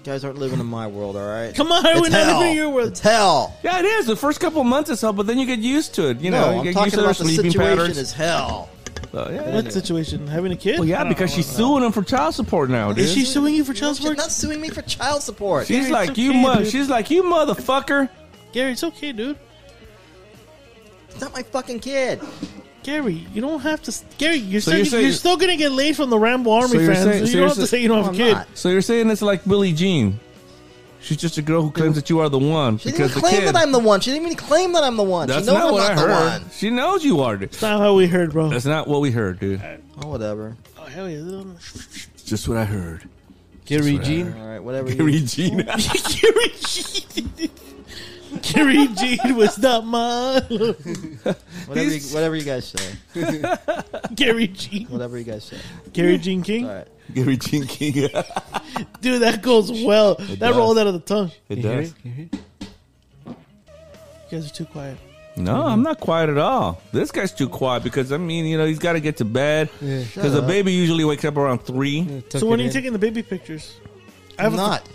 [SPEAKER 2] guys aren't living in my world, all right?
[SPEAKER 5] Come on, we're
[SPEAKER 2] it's
[SPEAKER 5] not
[SPEAKER 2] hell.
[SPEAKER 5] living in your world.
[SPEAKER 2] It's hell.
[SPEAKER 4] Yeah, it is. The first couple of months is hell, but then you get used to it. You know,
[SPEAKER 2] No,
[SPEAKER 4] you
[SPEAKER 2] I'm
[SPEAKER 4] get used
[SPEAKER 2] talking
[SPEAKER 4] to their
[SPEAKER 2] about the
[SPEAKER 4] sleeping
[SPEAKER 2] situation
[SPEAKER 4] patterns.
[SPEAKER 2] is hell.
[SPEAKER 4] So, yeah.
[SPEAKER 5] What situation? Having a kid?
[SPEAKER 4] Well,
[SPEAKER 5] I
[SPEAKER 4] yeah,
[SPEAKER 5] don't
[SPEAKER 4] because
[SPEAKER 5] know.
[SPEAKER 4] she's suing him for child support now, dude.
[SPEAKER 5] Is she suing you for child
[SPEAKER 2] She's
[SPEAKER 5] support?
[SPEAKER 2] not suing me for child support.
[SPEAKER 4] she's
[SPEAKER 5] It's
[SPEAKER 4] like
[SPEAKER 5] okay,
[SPEAKER 4] you, mu-
[SPEAKER 5] dude.
[SPEAKER 4] she's like you, motherfucker.
[SPEAKER 5] Gary, it's okay, dude.
[SPEAKER 2] It's not my fucking kid.
[SPEAKER 5] Gary, you don't have to. Gary, you're,
[SPEAKER 4] So
[SPEAKER 5] still, you're,
[SPEAKER 4] you're saying-
[SPEAKER 5] still gonna get laid from the Rambo Army
[SPEAKER 4] So you're
[SPEAKER 5] fans.
[SPEAKER 4] saying-
[SPEAKER 5] you
[SPEAKER 4] so
[SPEAKER 5] don't
[SPEAKER 4] you're
[SPEAKER 5] have to
[SPEAKER 4] sa-
[SPEAKER 5] say you don't
[SPEAKER 2] No,
[SPEAKER 5] have a
[SPEAKER 2] I'm
[SPEAKER 5] kid.
[SPEAKER 2] not.
[SPEAKER 4] So you're saying it's like Billie Jean? She's just a girl who claims that you are the one
[SPEAKER 2] She didn't
[SPEAKER 4] because
[SPEAKER 2] even
[SPEAKER 4] the
[SPEAKER 2] claim
[SPEAKER 4] kid.
[SPEAKER 2] that I'm the one. She didn't even claim that I'm the one.
[SPEAKER 4] that's
[SPEAKER 2] she knows
[SPEAKER 4] not
[SPEAKER 2] I'm
[SPEAKER 4] what
[SPEAKER 2] not
[SPEAKER 4] I
[SPEAKER 2] the
[SPEAKER 4] heard.
[SPEAKER 2] one.
[SPEAKER 4] She knows you are. dude.
[SPEAKER 5] That's not how we heard, bro.
[SPEAKER 4] That's not what we heard, dude.
[SPEAKER 2] Oh, whatever.
[SPEAKER 5] oh hell yeah,
[SPEAKER 4] It's just what I heard.
[SPEAKER 3] Gary Jean.
[SPEAKER 2] All right, whatever.
[SPEAKER 4] Gary
[SPEAKER 2] You,
[SPEAKER 4] Jean.
[SPEAKER 5] <laughs> Gary Jean. Gary Jean was not mine.
[SPEAKER 2] whatever, you, whatever you guys say.
[SPEAKER 5] Gary Jean.
[SPEAKER 2] Whatever you guys say.
[SPEAKER 5] Gary Jean King.
[SPEAKER 2] All right.
[SPEAKER 4] <laughs> Gary Jean King.
[SPEAKER 5] Dude, that goes well. That
[SPEAKER 4] does.
[SPEAKER 5] rolled out of the tongue.
[SPEAKER 4] It
[SPEAKER 3] You hear
[SPEAKER 4] does.
[SPEAKER 3] it? You hear it?
[SPEAKER 5] You guys are too quiet.
[SPEAKER 4] No, I'm not quiet at all. This guy's too quiet because I mean, you know, he's got to get to bed
[SPEAKER 3] Yeah. Mm.
[SPEAKER 4] because the baby usually wakes up around three.
[SPEAKER 3] Yeah, tuck
[SPEAKER 5] So when
[SPEAKER 3] it
[SPEAKER 5] are you
[SPEAKER 3] in.
[SPEAKER 5] taking the baby pictures? I
[SPEAKER 2] I'm
[SPEAKER 5] a- Uh,
[SPEAKER 2] not.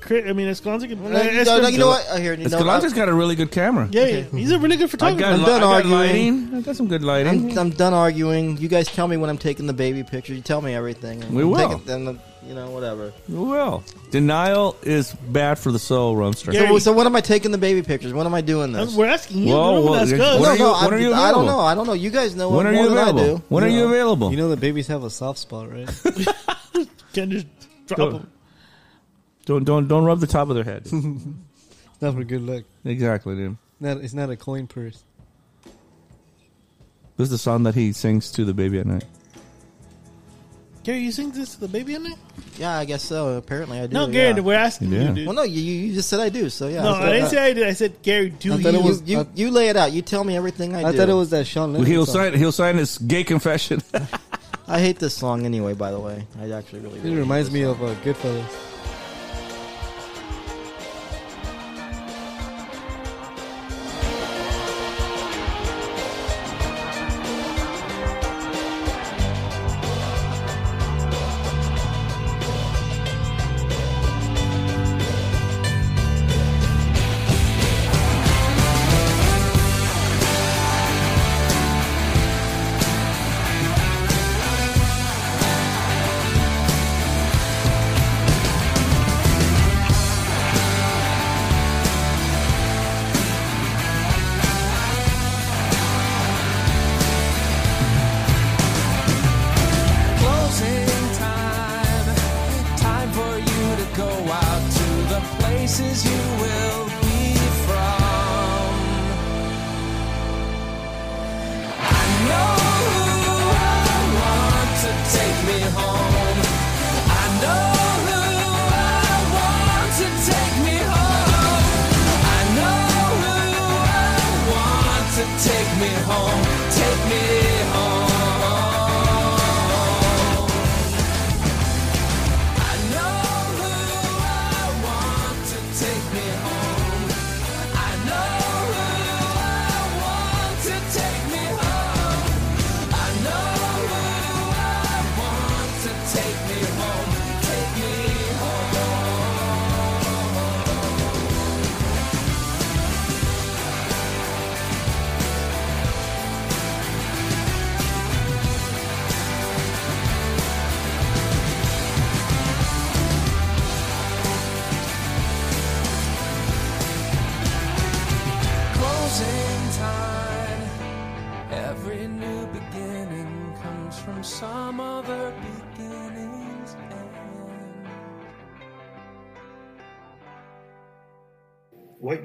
[SPEAKER 5] Cri- I mean, Escalante. Can,
[SPEAKER 2] No, you, no, no, you know what? I hear you. know,
[SPEAKER 4] Escalante's
[SPEAKER 2] I'm,
[SPEAKER 4] got a really good camera.
[SPEAKER 5] Yeah, yeah, he's a really good
[SPEAKER 4] I
[SPEAKER 5] photographer.
[SPEAKER 4] got,
[SPEAKER 2] I'm
[SPEAKER 4] li-
[SPEAKER 2] done
[SPEAKER 4] I got
[SPEAKER 2] arguing.
[SPEAKER 4] lighting. I got some good lighting.
[SPEAKER 2] I'm, I'm done arguing. You guys tell me when I'm taking the baby picture. You tell me everything.
[SPEAKER 4] We
[SPEAKER 2] I'm
[SPEAKER 4] will.
[SPEAKER 2] taking- Then uh, you know whatever.
[SPEAKER 4] well, denial is bad for the soul, Rumster.
[SPEAKER 5] Yeah.
[SPEAKER 2] So, so when am I taking the baby pictures? When am I doing this?
[SPEAKER 5] Uh, We're asking you.
[SPEAKER 4] Whoa,
[SPEAKER 5] we don't
[SPEAKER 4] whoa,
[SPEAKER 5] ask
[SPEAKER 4] you're-
[SPEAKER 5] us.
[SPEAKER 4] When
[SPEAKER 2] no,
[SPEAKER 4] are you-
[SPEAKER 2] no, I,
[SPEAKER 4] when are you
[SPEAKER 2] I don't
[SPEAKER 4] available?
[SPEAKER 2] know. I don't know. You guys know
[SPEAKER 4] When are
[SPEAKER 2] more
[SPEAKER 4] you
[SPEAKER 2] than I do.
[SPEAKER 4] available? When are you available?
[SPEAKER 3] You know the babies have a soft spot, right? <laughs>
[SPEAKER 5] Can just drop
[SPEAKER 4] Don't-
[SPEAKER 5] him.
[SPEAKER 4] Don't don't don't rub the top of their head.
[SPEAKER 3] not for good luck.
[SPEAKER 4] exactly, dude.
[SPEAKER 3] Not, it's not a coin purse.
[SPEAKER 4] This is the song that he sings to the baby at night.
[SPEAKER 5] Gary, you sing this to the baby in there?
[SPEAKER 2] Yeah, I guess so. Apparently, I do.
[SPEAKER 5] No,
[SPEAKER 2] yeah.
[SPEAKER 5] Gary, we're asking
[SPEAKER 4] Yeah.
[SPEAKER 5] you, dude.
[SPEAKER 2] Well, no, you, you you just said I do. So yeah.
[SPEAKER 5] no,
[SPEAKER 2] So,
[SPEAKER 5] I didn't
[SPEAKER 2] uh,
[SPEAKER 5] say I did. I said, Gary, do
[SPEAKER 3] I
[SPEAKER 5] you?
[SPEAKER 3] thought it was-
[SPEAKER 2] you, you, you lay it out. You tell me everything I,
[SPEAKER 3] I
[SPEAKER 2] do.
[SPEAKER 3] thought it was that Sean Lennon.
[SPEAKER 4] He'll
[SPEAKER 3] song.
[SPEAKER 4] sign. He'll sign his gay confession.
[SPEAKER 2] I hate this song anyway. By the way, I actually really.
[SPEAKER 3] It reminds me of uh, Goodfellas.
[SPEAKER 6] Closing time. Time for you to go out to the places you will be from. I know who I want to take me home. I know who I want to take me home. I know who I want to take me home. Take me home. I know who I want to take me home. I know who I want to take me home. I know who I want to take me home. Take me home. closing time. Every new beginning comes from some other beginning's end.
[SPEAKER 7] What